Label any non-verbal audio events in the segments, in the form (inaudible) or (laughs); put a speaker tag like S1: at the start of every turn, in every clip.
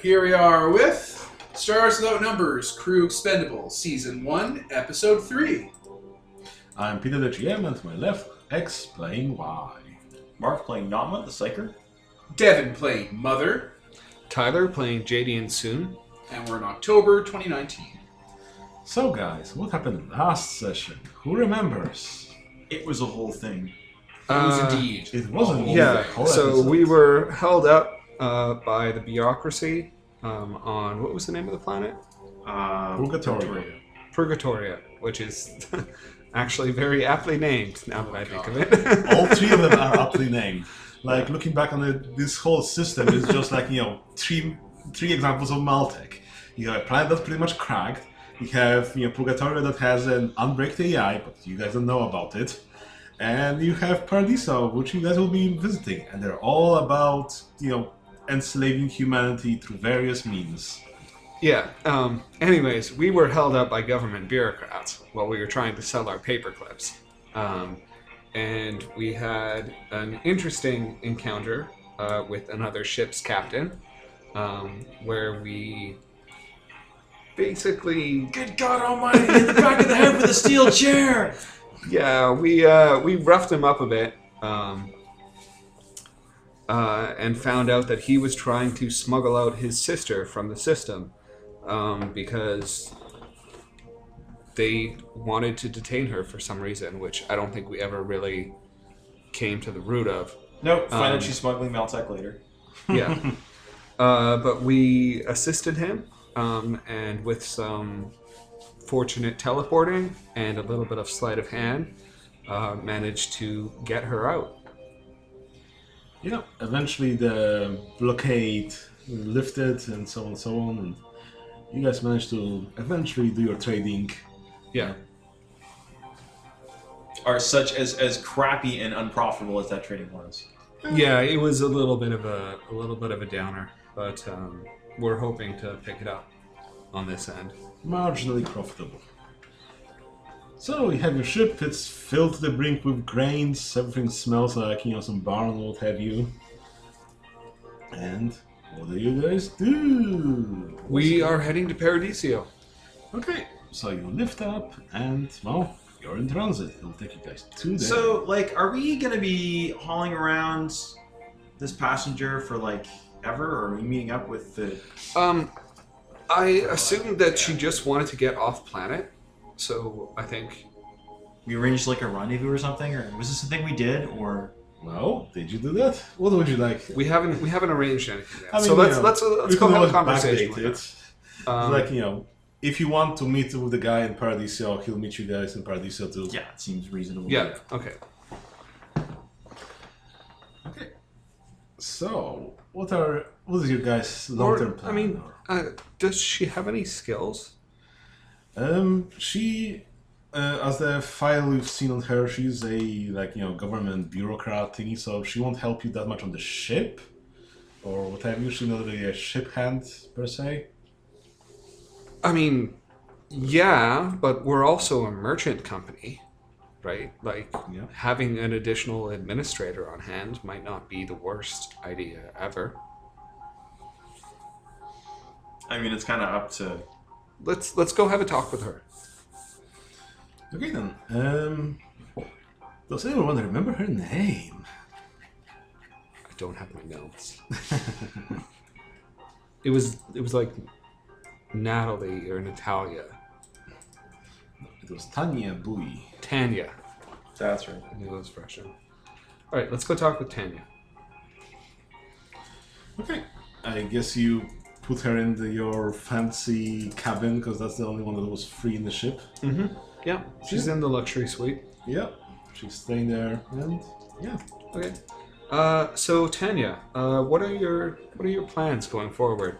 S1: here we are with Star Wars Without Numbers, Crew Expendable, Season 1, Episode 3.
S2: I'm Peter the GM, and to my left, explain why.
S3: Marv playing Nama, the Psyker.
S1: Devin playing Mother,
S4: Tyler playing JD and Soon.
S1: and we're in October 2019.
S2: So, guys, what happened last session? Who remembers?
S3: It was a whole thing. Oh.
S1: It
S4: Uh,
S1: was indeed.
S2: It wasn't.
S4: Yeah,
S2: whole
S4: so
S2: episode.
S4: we were held up uh, by the bureaucracy um, on what was the name of the planet?
S3: Uh,
S2: Purgatorio.
S4: Purgatoria, which is (laughs) actually very aptly named now that I think of it.
S2: All three of them are aptly named. Like looking back on it, this whole system is just like you know three three examples of Maltech. You have a planet that's pretty much cracked. You have you know Purgatorio that has an unbreaked AI, but you guys don't know about it. And you have Paradiso, which you guys will be visiting, and they're all about you know enslaving humanity through various means.
S4: (laughs) yeah. Um, anyways, we were held up by government bureaucrats while we were trying to sell our paper clips. Um, and we had an interesting encounter uh, with another ship's captain um, where we basically
S3: Good God Almighty! In the back of the head with a steel chair.
S4: Yeah, we uh, we roughed him up a bit, um, uh, and found out that he was trying to smuggle out his sister from the system um, because they wanted to detain her for some reason, which I don't think we ever really came to the root of.
S3: Nope. Find
S4: Um,
S3: out she's smuggling Maltech later.
S4: Yeah, uh, but we assisted him, um, and with some fortunate teleporting and a little bit of sleight of hand. Uh, managed to get her out.
S2: Yeah, eventually the blockade lifted and so on and so on. And you guys managed to eventually do your trading.
S4: Yeah.
S3: Are such as as crappy and unprofitable as that trading was.
S4: Yeah, it was a little bit of a a little bit of a downer, but um, we're hoping to pick it up on this end.
S2: marginally profitable. So you have your ship, it's filled to the brink with grains, everything smells like you know some barn or what have you. And what do you guys do?
S4: We are heading to Paradiso.
S2: Okay, so you lift up and well, you're in transit. It'll take you guys two days.
S3: So, like, are we gonna be hauling around this passenger for like ever, or are we meeting up with the?
S4: Um, I assumed that she just wanted to get off planet, so I think
S3: We arranged like a rendezvous or something, or was this a thing we did, or?
S2: well, did you do that? What would you like?
S4: we haven't we haven't arranged anything yet.
S2: I mean,
S4: so let's
S2: you know,
S4: let's let's
S2: you
S4: go
S2: can
S4: have a
S2: always
S4: conversation.
S2: backdate
S4: With
S2: it.
S4: her. Um,
S2: like you know, if you want to meet with the guy in Paradiso, he'll meet you guys in Paradiso too.
S3: Yeah, it seems reasonable.
S4: yeah. Okay.
S2: Okay. So, what are what is your guys'
S4: Or,
S2: long-term plan?
S4: I mean,
S2: or-
S4: uh, does she have any skills?
S2: um, she, uh, as the file we've seen on her, she's a like you know government bureaucrat thingy, so she won't help you that much on the ship, or what have you. She's not really a ship hand per se.
S4: I mean, yeah, but we're also a merchant company, right? Like,
S2: Yeah.
S4: having an additional administrator on hand might not be the worst idea ever.
S3: I mean, it's kind of up to.
S4: Let's let's go have a talk with her.
S2: Okay then. Um, does anyone remember her name?
S4: I don't have my notes.
S2: (laughs)
S4: it was it was like Natalie or Natalia,
S2: It was Tanya Bui.
S4: Tanya.
S3: That's right.
S4: I knew it was Russian. All right, let's go talk with Tanya.
S2: Okay. I guess you put her into your fancy cabin because that's the only one that was free in the ship.
S4: Yeah, she's in the luxury suite.
S2: Yeah. She's staying there and yeah.
S4: Okay. Uh, so Tanya, uh, what are your what are your plans going forward?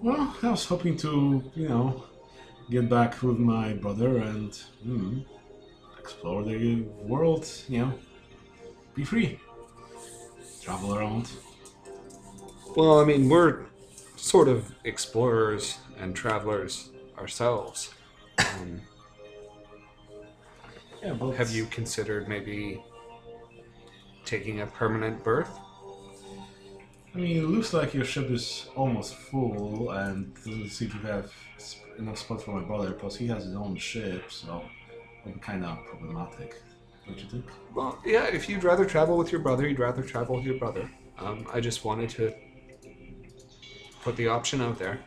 S2: Well, I was hoping to, you know, get back with my brother and mm, explore the world, you know, be free, travel around.
S4: Well, I mean, we're sort of explorers and travelers ourselves. Um,
S2: Yeah, but
S4: (coughs) have you considered maybe taking a permanent berth?
S2: I mean, it looks like your ship is almost full, and doesn't seem to have sp- enough spots for my brother. Plus, he has his own ship, so it'll be kind of problematic. Don't you think?
S4: Well, yeah, if you'd rather travel with your brother, you'd rather travel with your brother. Um, I just wanted to put the option out there.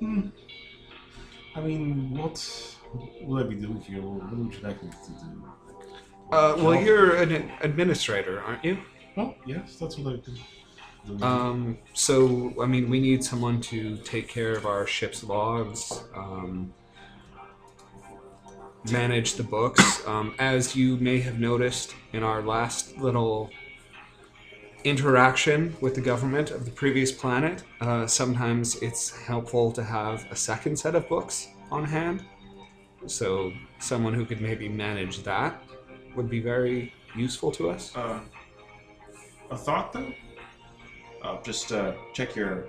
S2: Hmm. I mean, what would I be doing here? What would you like me to do?
S4: Uh, well,
S2: Help?
S4: you're an administrator, aren't you?
S2: Well, yes, that's what I could do.
S4: Um, so, I mean, we need someone to take care of our ship's logs, um, manage the books. Um, as you may have noticed in our last little interaction with the government of the previous planet, uh, sometimes it's helpful to have a second set of books on hand. So, someone who could maybe manage that would be very useful to us.
S3: Uh, a thought though. Uh, just uh, check your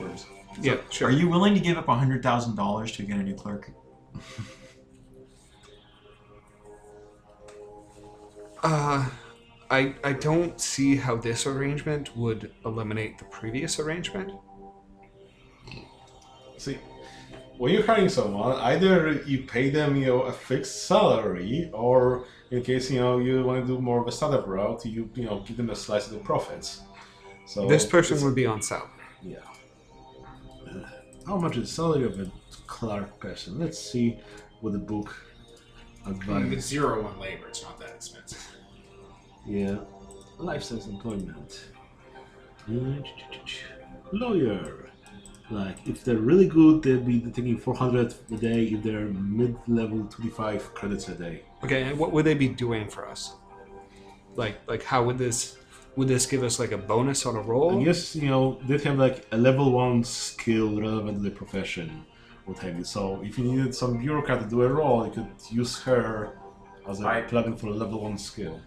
S3: words.
S4: yeah, sure.
S3: Are you willing to give up hundred thousand dollars to get a new clerk?
S4: Uh, I I don't see how this arrangement would eliminate the previous arrangement.
S2: See, when you're hiring someone, either you pay them you know a fixed salary, or in case you know you want to do more of a startup route, you you know give them a slice of the profits. So
S4: this person would be on salary.
S2: yeah. Uh, How much is the salary of a clerk person? Let's see what the book
S1: It's
S2: advises.
S1: zero on labor. It's not that expensive.
S2: Yeah, lifestyle employment. Lawyer. Like, if they're really good, they'll be taking 400 a day. If they're mid level, 25 credits a day.
S4: Okay, and what would they be doing for us? Like like how would this would this give us like a bonus on a roll?
S2: And yes, you know, they have like a level one skill relevant to the profession, what have you. So, if you needed some bureaucrat to do a role, you could use her as a
S3: I-
S2: plugin for a level one skill.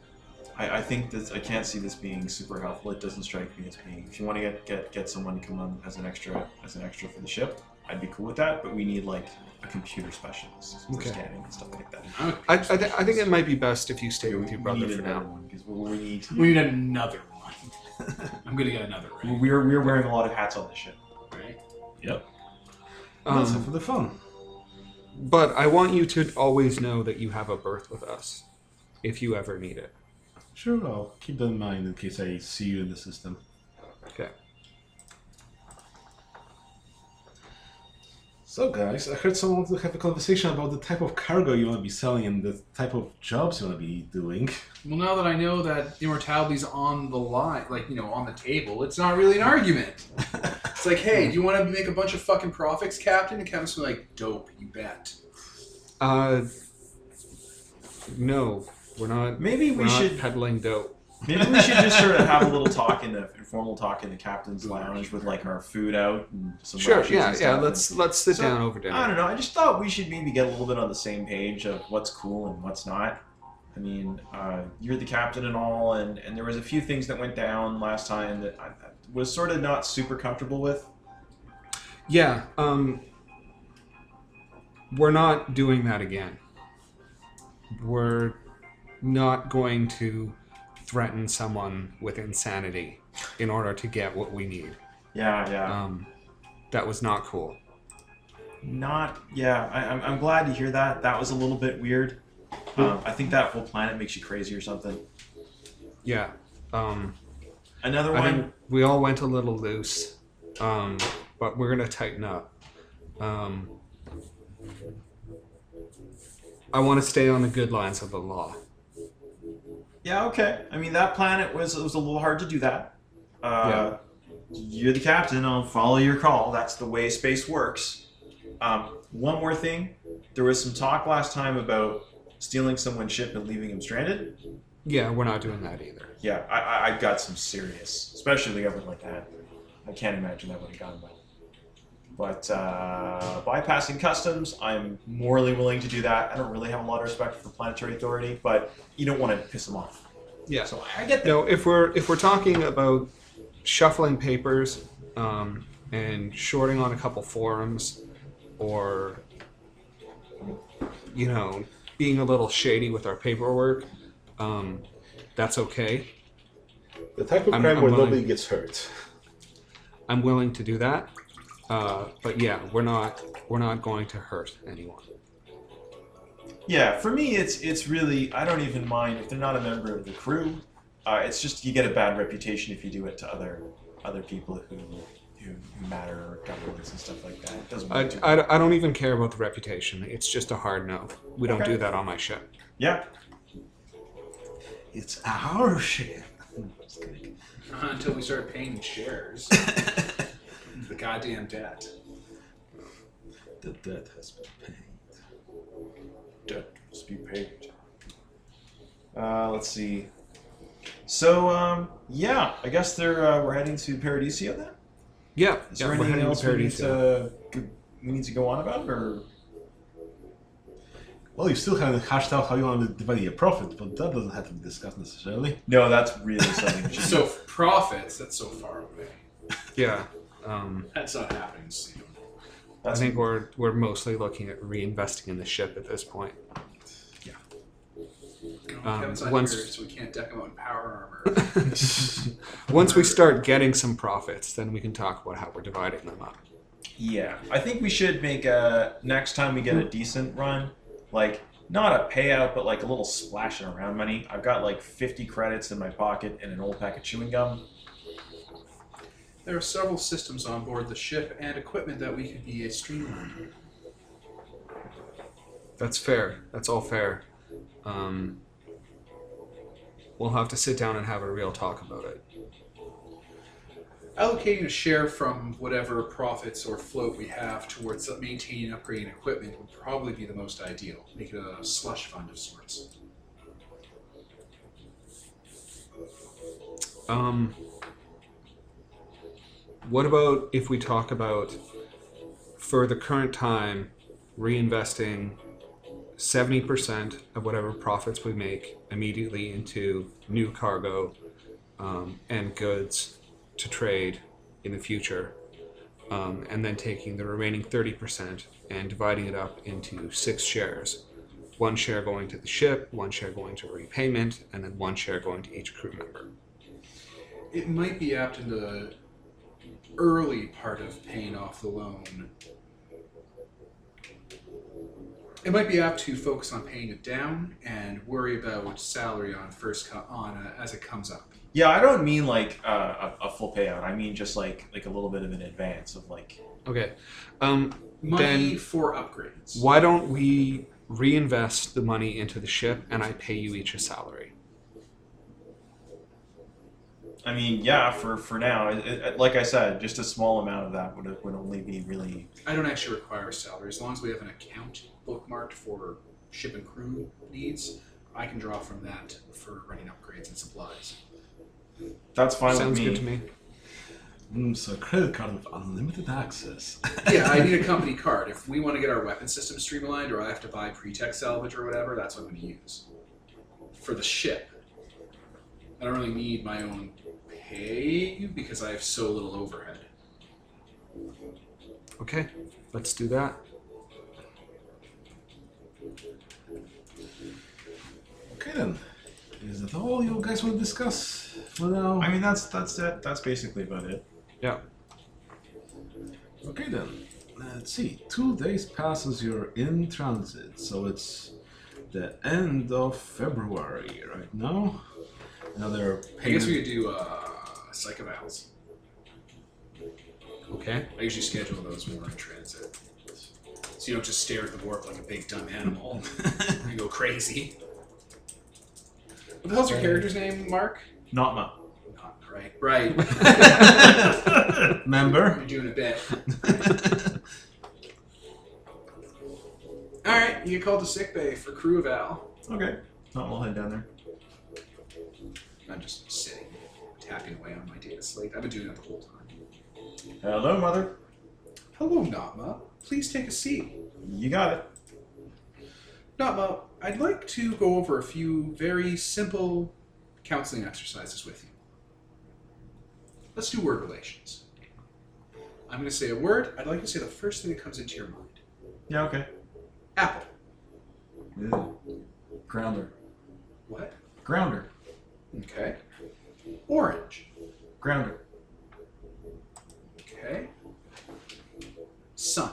S3: I, I think that I can't see this being super helpful. It doesn't strike me as being. If you want to get, get get someone to come on as an extra as an extra for the ship, I'd be cool with that. But we need like a computer specialist for
S4: Okay.
S3: scanning and stuff like that.
S1: I'm
S4: I I, th- I think it might be best if you stay with your brother
S3: need
S4: for
S3: another
S4: now.
S3: one because we, we need. Mm.
S1: We need another one.
S3: (laughs)
S1: I'm gonna get another ring,
S3: We're we're wearing a lot of hats on this ship.
S1: right?
S2: That's it
S4: Um,
S2: for the fun.
S4: but I want you to always know that you have a berth with us, if you ever need it.
S2: Sure, I'll keep that in mind in case I see you in the system.
S4: Okay.
S2: So, guys, I heard someone to have a conversation about the type of cargo you want to be selling and the type of jobs you want to be doing.
S1: Well, now that I know that immortality's on the line, like you know, on the table, it's not really an argument. it's like, hey, do you want to make a bunch of fucking profits, Captain? And Captain's like, dope, you bet.
S4: Uh, no, we're not.
S3: Maybe
S4: we're
S3: we
S4: not
S3: should
S4: peddling dope.
S3: Maybe we should just sort
S4: (laughs)
S3: of have a little talk in the informal talk in the captain's lounge with like our food out and some
S4: Sure.
S3: rations
S4: Yeah.
S3: and
S4: Yeah.
S3: stuff.
S4: Let's let's sit
S3: So,
S4: down over dinner.
S3: And, I don't know. I just thought we should maybe get a little bit on the same page of what's cool and what's not. I mean, uh, you're the captain and all, and and there was a few things that went down last time that I, I was sort of not super comfortable with.
S4: Yeah. Um, we're not doing that again. We're not going to threaten someone with insanity in order to get what we need.
S3: Yeah, yeah.
S4: Um, that was not cool.
S3: Not. Yeah. I, I'm I'm glad to hear that. That was a little bit weird. Um, I think that whole planet makes you crazy or something.
S4: Yeah. Um,
S3: Another
S4: I
S3: one.
S4: think we all went a little loose, um, but we're gonna tighten up. Um, I want to stay on the good lines of the law.
S3: Yeah, okay. I mean, that planet was it was a little hard to do that. Uh, You're the captain. I'll follow your call. That's the way space works. Um, one more thing. There was some talk last time about stealing someone's ship and leaving him stranded.
S4: Yeah, we're not doing that either.
S3: Yeah, I, I, I got some serious, especially the government like that. I can't imagine that would have gone well. But uh, bypassing customs, I'm morally willing to do that. I don't really have a lot of respect for planetary authority, but you don't want to piss them off.
S4: Yeah.
S3: So I get that.
S4: No, if we're if we're talking about shuffling papers um, and shorting on a couple forums, or you know, being a little shady with our paperwork, um, that's okay.
S5: The type of
S4: I'm-
S5: crime
S4: I'm
S5: where
S4: willing.
S5: nobody gets hurt.
S4: I'm willing to do that. Uh, but yeah, we're not we're not going to hurt anyone.
S3: Yeah, for me, it's it's really I don't even mind if they're not a member of the crew. Uh, it's just you get a bad reputation if you do it to other other people who who matter or governments and stuff like that. It doesn't
S4: I,
S3: matter.
S4: I, I don't even care about the reputation. It's just a hard no. We don't
S3: Okay.
S4: do that on my ship.
S3: yeah,
S2: It's our ship.
S1: (laughs)
S5: Oh,
S2: (laughs)
S1: Until we start paying shares. the goddamn debt.
S5: The debt has been paid.
S3: debt must be paid. Uh, let's see. So um, yeah, I guess they're uh, we're heading to Paradiso then.
S4: Yeah,
S3: Is
S4: yeah
S3: there
S4: we're
S3: anything
S4: heading
S3: else
S4: to
S3: we need
S4: Paradiso.
S3: to we need to go on about or?
S2: Well, you still haven't hashed out how you want to divide your profit, but that doesn't have to be discussed necessarily.
S3: No, that's really something.
S4: (laughs)
S3: we should-
S1: So profits, that's so far away.
S4: Yeah. Um,
S1: That's not happening soon.
S4: I
S3: that's
S4: think we're we're mostly looking at reinvesting in the ship at this point. (laughs) Um,
S1: Kevin's not
S4: once-
S1: here, so we can't deck him out in power armor.
S4: Once we start getting some profits, then we can talk about how we're dividing them up.
S3: Yeah, I think we should make a next time we get a decent run, like not a payout, but like a little splashing around money. I've got like 50 credits in my pocket and an old pack of chewing gum.
S1: there are several systems on board the ship and equipment that we could be streamlined.
S4: That's fair. That's all fair. Um, we'll have to sit down and have a real talk about it.
S1: Allocating a share from whatever profits or float we have towards maintaining and upgrading equipment would probably be the most ideal. Make it a slush fund of sorts.
S4: Um, what about if we talk about for the current time reinvesting 70% of whatever profits we make immediately into new cargo um, and goods to trade in the future? Um, and then taking the remaining 30% and dividing it up into six shares. One share going to the ship, one share going to repayment, and then one share going to each crew member.
S1: It might be apt in the early part of paying off the loan. It might be apt to focus on paying it down and worry about salary on first co- on uh, as it comes up.
S3: Yeah, I don't mean like uh, a, a full payout. I mean just like like a little bit of an advance of like.
S4: Okay. Um,
S1: Money
S4: Then-
S1: for upgrades.
S4: why don't we reinvest the money into the ship and I pay you each a salary?
S3: I mean, yeah, for for now, it, it, like I said, just a small amount of that would would only be really.
S1: I don't actually require a salary. As long as we have an account bookmarked for ship and crew needs, I can draw from that for running upgrades and supplies.
S3: That's fine
S4: Sounds
S3: with me.
S4: good to me.
S2: Mm, so, a credit card with unlimited access. (laughs)
S1: yeah, I need a company card. If we want to get our weapon system streamlined or I have to buy pre-tech salvage or whatever, that's what I'm going to use. For the ship. I don't really need my own pay because I have so little overhead.
S4: Okay, let's do that.
S2: Okay then. Is that all you guys want to discuss for now?
S3: I mean, that's that's it. That's basically about it.
S4: Yeah.
S2: Okay then. Let's see. Two days passes. You're in transit, so it's the end of February right now. Another
S1: I guess we
S2: payment.
S1: could do uh, psychovals.
S4: Okay.
S1: I usually schedule those when we're in transit. So you don't just stare at the warp like a big dumb animal and go crazy. What the hell's your character's name, Mark?
S3: Not much.
S1: Not right. Right.
S2: (laughs) member. (laughs)
S1: You're doing a bit. Alright, you get called to sick bay for crew eval.
S3: Okay. Not while head down there.
S1: I'm just sitting, tapping away on my data slate. I've been doing that the whole time.
S3: Hello, mother.
S1: Hello, Notma. Please take a seat.
S3: You got it.
S1: Notma, I'd like to go over a few very simple counseling exercises with you. Let's do word relations. I'm going to say a word. I'd like you to say the first thing that comes into your mind.
S3: Yeah, okay.
S1: Apple.
S3: Grounder.
S1: What?
S3: Grounder.
S1: Okay. Orange.
S3: Grounded.
S1: Okay. Sun.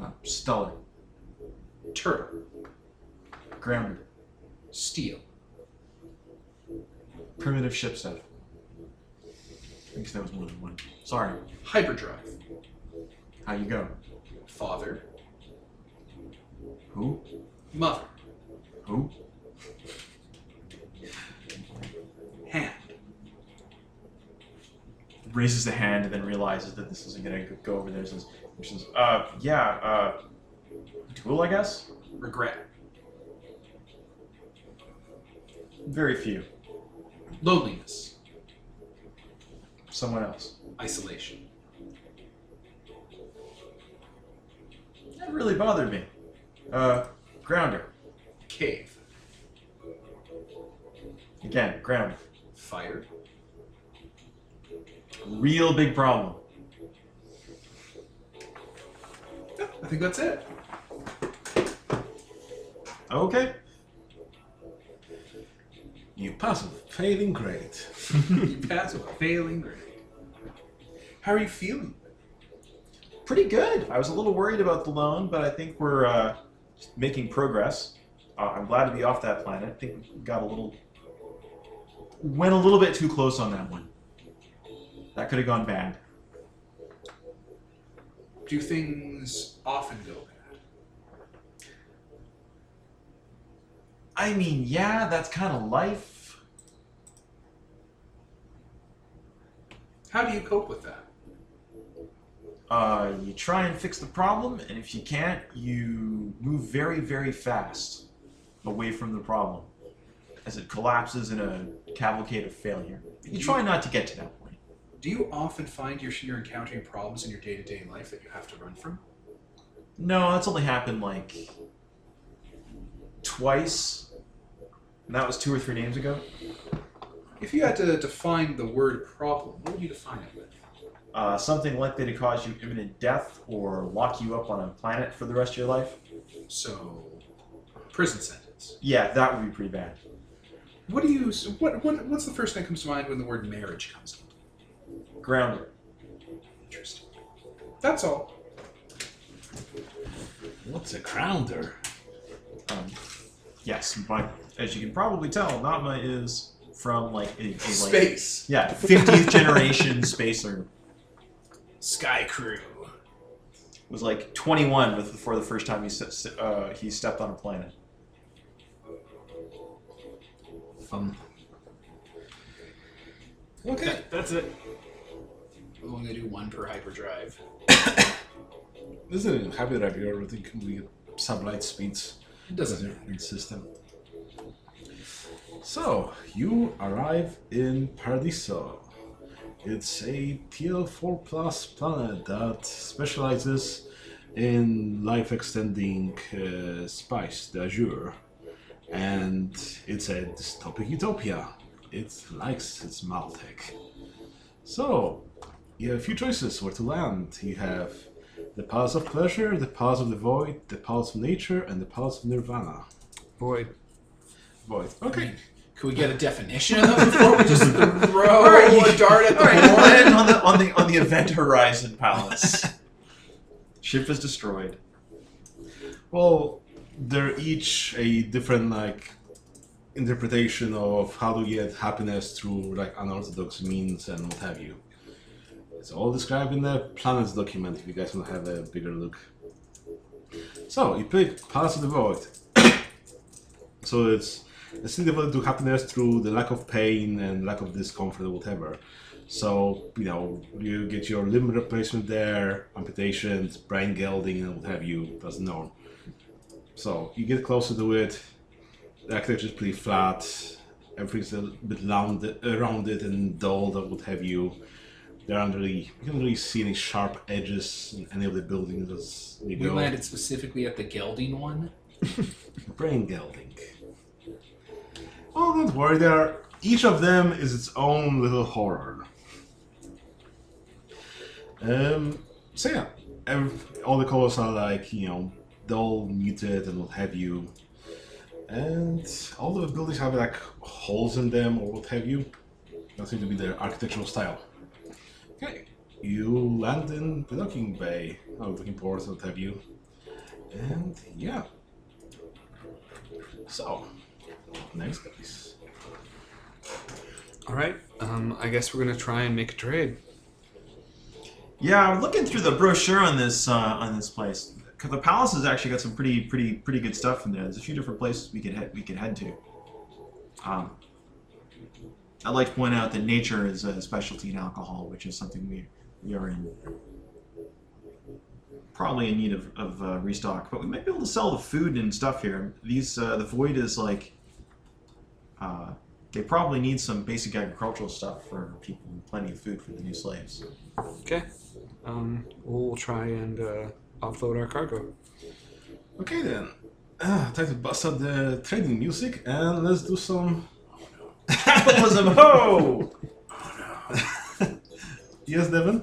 S3: Uh, stellar.
S1: Turtle.
S3: Grounded.
S1: Steel.
S3: Primitive ship stuff. I think there was more than one. Sorry.
S1: Hyperdrive.
S3: How you go?
S1: Father.
S3: Who?
S1: Mother.
S3: Who?
S1: Hand.
S3: Raises the hand and then realizes that this isn't gonna go over there. and Says, says, uh, yeah, uh, tool, I guess.
S1: Regret.
S3: Very few.
S1: Loneliness.
S3: Someone else.
S1: Isolation.
S3: That really bothered me. Uh, grounder.
S1: Cave.
S3: Again, grounder.
S1: Fire.
S3: Real big problem.
S1: Yeah, I think that's it.
S3: Okay.
S2: You pass with failing grade.
S1: You pass with a failing grade. How are you feeling?
S3: Pretty good. I was a little worried about the loan, but I think we're uh, making progress. Uh, I'm glad to be off that planet. I think we got a little. went a little bit too close on that one. That could have gone bad.
S1: Do things often go bad?
S3: I mean, yeah, that's kind of life.
S1: How do you cope with that?
S3: Uh, you try and fix the problem, and if you can't, you move very, very fast away from the problem as it collapses in a cavalcade of failure. You try not to get to that point.
S1: Do you often find you're, you're encountering problems in your day to day life that you have to run from?
S3: No, that's only happened like twice. And that was two or three names ago.
S1: If you had to define the word problem, what would you define it with?
S3: Uh, something likely to cause you imminent death or lock you up on a planet for the rest of your life.
S1: So, prison sentence.
S3: Yeah, that would be pretty bad.
S1: What do you? so What, what? What's the first thing that comes to mind when the word marriage comes up?
S3: Grounded.
S1: Interesting. That's all.
S2: What's a crounder?
S3: Um, yes, my, as you can probably tell, Natma is from like a, a like,
S1: Space,
S3: Yeah, 50th generation spacer.
S1: sky crew.
S3: Was like 21 with, for the first time he se- uh, he stepped on a planet.
S5: Fun.
S1: Okay.
S5: That's it.
S1: We only do one per (laughs) hyperdrive.
S2: Isn't it happy that you're thinking sublight speeds
S1: It doesn't. matter.
S2: in system? So you arrive in Paradiso. It's a tier four plus planet that specializes in life extending uh, spice, d'azur, and it's a dystopic utopia. It likes its Maltech. So you have a few choices where to land. You have the Palace of Pleasure, the Palace of the Void, the Palace of Nature, and the Palace of Nirvana.
S4: Boy, (laughs)
S2: Void. Okay.
S1: Could we get a definition of them before we (laughs) just throw a dart at the horn?
S3: Land on the on the on the event horizon palace. Ship is destroyed.
S2: Well, they're each a different like interpretation of how to get happiness through like unorthodox means and what have you. It's all described in the planets document if you guys want to have a bigger look. So you pick Palace of the Void. (coughs) so it's a city devoted to happiness through the lack of pain and lack of discomfort or whatever. So, you know, you get your limb replacement there, amputations, brain gelding, and what have you. That's the norm. So, you get closer to it. The architecture is pretty flat. Everything's a bit rounded, uh, rounded and dulled, or what have you. There aren't really, you can't really see any sharp edges in any of the buildings as you
S1: We
S2: go.
S1: landed specifically at the gelding one.
S2: Brain gelding. Oh, don't worry, there. Are, each of them is its own little horror. Um. So yeah, ev- all the colors are like you know dull, muted, and what have you. And all the buildings have like holes in them or what have you. That seems to be their architectural style.
S1: Okay.
S2: You land in Pinocchio Bay, or looking ports, what have you. And yeah. So, next place.
S4: All right. Um, I guess we're gonna try and make a trade.
S3: Yeah, I'm looking through the brochure on this uh, on this place. 'Cause the palace has actually got some pretty pretty pretty good stuff in there. There's a few different places we could head we could head to. Um, I'd like to point out that nature is a specialty in alcohol, which is something we we are in probably in need of, of uh, restock. But we might be able to sell the food and stuff here. These uh, the void is like uh, they probably need some basic agricultural stuff for people and plenty of food for the new slaves.
S4: Okay. Um, we'll try and uh, offload our cargo.
S2: Okay then. Ah, time to bust out the trading music and let's do some.
S3: Capitalism, ho!
S2: Yes, Devin?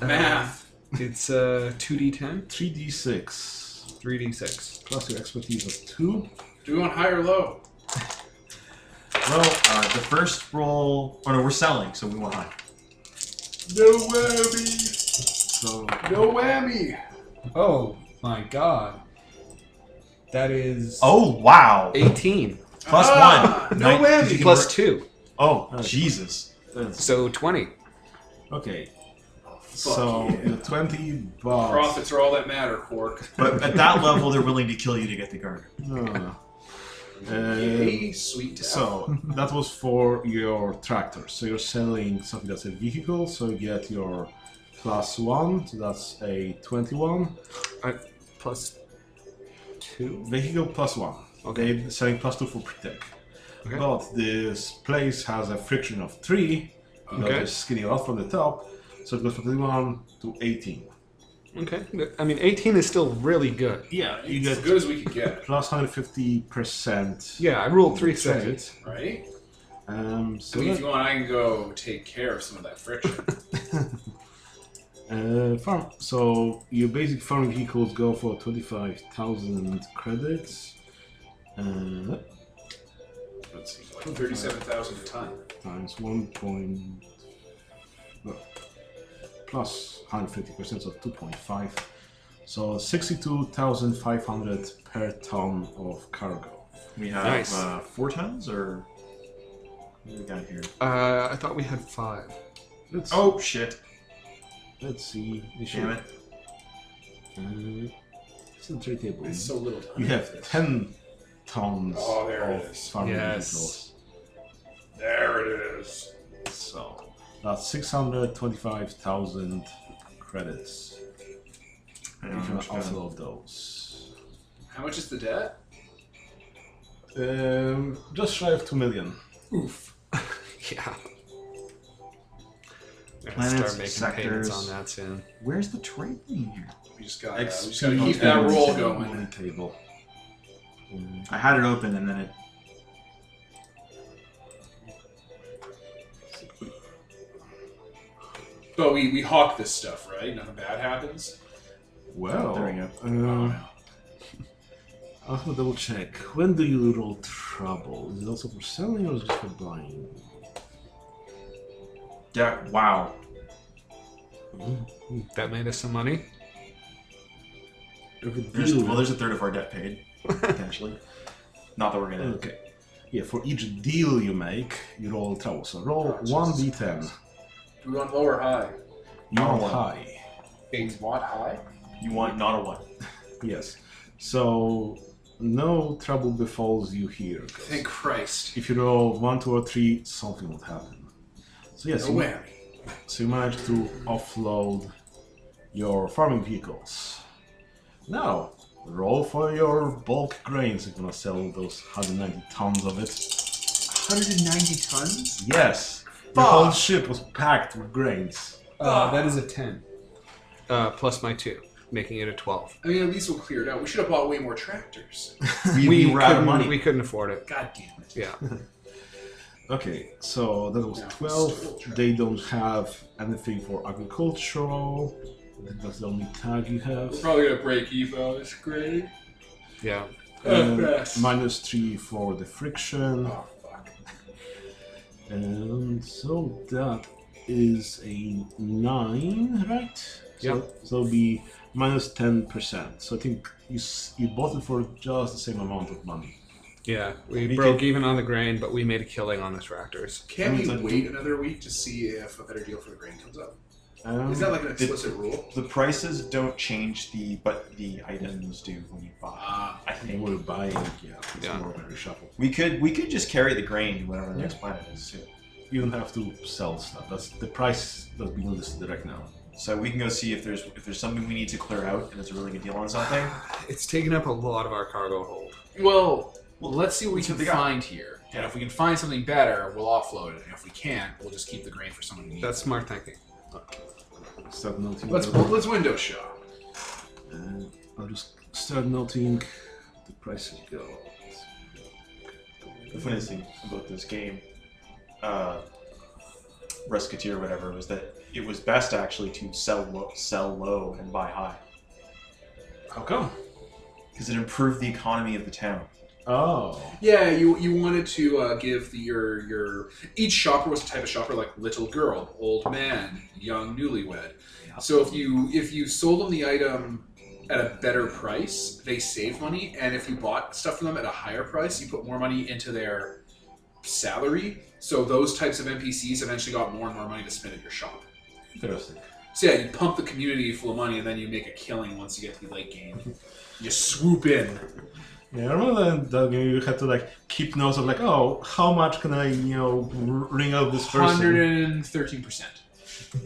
S1: Math.
S4: It's uh, 2d10,
S2: 3d6.
S4: 3d6.
S2: Plus your expertise of 2.
S1: Do we want high or low?
S3: Well, uh, the first roll. Oh no, we're selling, so we want high.
S1: No whammy.
S2: So,
S1: No whammy.
S4: Oh my god. That is
S3: Oh wow!
S4: 18
S3: Plus
S1: Ah,
S3: one.
S1: No
S3: Nine-
S1: whammy.
S4: plus 2.
S3: Oh Jesus! That's-
S4: So 20.
S2: okay. so,
S1: yeah.
S2: your 20 bucks.
S1: Profits are all that matter, Quark.
S3: But at that level, they're willing to kill you to get the garter.
S2: Ah. Uh,
S1: Yay, sweet death.
S2: So that was for your tractor. So you're selling something that's a vehicle. So you get your plus one. So that's a twenty-one
S4: Plus 2?
S2: vehicle plus one.
S4: Okay.
S2: They're selling plus two for pre-tech.
S4: Okay.
S2: But this place has a friction of three. You know,
S4: Okay.
S2: they're skinning out from the top. So it goes from 21 to 18.
S4: Okay. I mean, 18 is still really good.
S2: Yeah, you
S1: It's as
S2: get
S1: good as we could get,
S2: plus 150%.
S4: Yeah, I rolled
S2: Three
S4: three sixes.
S1: right?
S2: Um,
S1: I
S2: so
S1: mean, if
S2: that,
S1: you want, I can go take care of some of that friction.
S2: Uh, farm. So your basic farming vehicles go for twenty-five thousand credits. Uh,
S1: Let's see, like 37,000 a ton.
S2: times one point no, plus hundred fifty percent, so two point five. So sixty-two thousand five hundred per ton of cargo.
S3: We have
S4: Nice.
S3: uh, four tons, or what do we got here?
S4: Uh, I thought we had five.
S2: Let's,
S3: Oh shit!
S2: let's see. It should-
S3: Damn it!
S2: Uh, it's in three tables.
S1: It's so little ton.
S2: you have ten tons
S1: Oh, there it
S2: of
S1: is.
S2: farming
S4: Yes.
S2: vehicles.
S1: There it is.
S2: So that's six hundred twenty-five thousand credits.
S3: I
S2: You
S3: don't know
S2: can
S3: how much we got.
S2: offload those.
S1: How much is the debt?
S2: Um, just shy of two million.
S4: Oof. (laughs) yeah. We're gonna
S3: Planets,
S4: start making
S3: sectors.
S4: payments on that soon.
S3: Where's the trade thing here?
S1: We just got. Uh, we
S3: Ex-
S1: just got to keep that roll going.
S2: Money table.
S3: I had it open and then it.
S1: But we we hawk this stuff, right? Nothing bad happens.
S2: Well,
S3: There we go.
S2: Um, I'll have to double check. When do you roll trouble? Is it also for selling or is it just for buying?
S3: Yeah. Wow.
S4: That made us some money.
S2: If it
S3: There's,
S2: deal-
S3: well, there's a third of our debt paid (laughs) potentially. Not that we're gonna.
S2: Okay. Yeah, for each deal you make, you roll trouble. So roll
S1: Oh, Jesus
S2: one d10.
S1: Do we want low or high?
S2: You
S3: Oh,
S2: roll
S3: wow.
S2: high.
S1: Things want high.
S3: You want not a one.
S2: Yes. So no trouble befalls you here. 'cause
S1: Thank Christ.
S2: if you roll one, two, or three, something will happen. So yes,
S1: No
S2: you,
S1: whammy.
S2: so you manage to offload your farming vehicles. Now roll for your bulk grains. You're gonna sell those 190 tons of it.
S1: 190 tons.
S2: Yes. The whole ship was packed with
S4: (laughs)
S2: grains.
S1: Uh,
S4: that is a 10. Uh, plus my 2, making it a 12.
S1: I mean, at least we'll clear it out. We should have bought way more tractors.
S3: We, were out of
S4: couldn't- (laughs)
S3: money.
S4: We couldn't afford it.
S1: God damn it.
S4: Yeah.
S2: Okay, so that was
S1: Yeah, it's
S2: 12.
S1: still
S2: They don't have anything for agricultural. I think that's the only tag you have.
S1: We're probably gonna break even. It's great.
S4: Yeah.
S1: Uh,
S2: Uh,
S1: yes.
S2: (laughs) minus 3 for the friction.
S1: Oh fuck.
S2: Uh, Um, so that is a nine, right?
S4: Yeah.
S2: So, so it'll be minus ten percent. So I think you s- you bought it for just the same amount of money.
S4: Yeah, we
S2: We
S4: broke
S2: could-
S4: even on the grain, but we made a killing on the tractors.
S1: Can
S2: Sounds
S1: we
S2: like-
S1: wait another week to see if a better deal for the grain comes up?
S2: Um,
S1: Is that like an
S3: did-
S1: explicit rule?
S3: The prices don't change the but the items do when you buy.
S1: Ah,
S3: I
S2: you
S3: think
S2: were buying? Yeah, it's
S4: Yeah.
S2: more of a reshuffle.
S3: we could we could just carry the grain to whatever the next planet is too.
S2: You don't have to sell stuff. That's the price that's being listed right now.
S3: So we can go see if there's if there's something we need to clear out and it's a really good deal on something.
S4: It's taken up a lot of our cargo hold.
S1: well, well, let's see what we
S3: Let's see
S1: can
S3: what they got.
S1: find here. And
S3: Yeah.
S1: if we can find something better, we'll offload it. And if we can't, we'll just keep the grain for someone who needs
S4: That's
S1: it.
S4: smart thinking.
S2: Start melting.
S1: Let's
S2: the-
S1: let's window shop.
S2: Uh, I'll just start melting the prices go.
S3: The funniest thing about this game, uh, Resketeer, whatever, was that it was best actually to sell low, sell low and buy high
S2: How come?
S3: because it improved the economy of the town.
S2: Oh.
S1: Yeah, you you wanted to uh, give the, your your each shopper was a type of shopper like little girl, old man, young newlywed. So if you if you sold them the item at a better price, they save money, and if you bought stuff from them at a higher price, you put more money into their salary. So those types of NPCs eventually got more and more money to spend at your shop.
S2: Interesting.
S1: So yeah, you pump the community full of money, and then you make a killing once you get to the late game. You swoop in.
S2: Yeah, I remember that, that game you had to like keep notes of like, oh, how much can I, you know, r- ring out this person?
S1: 113%.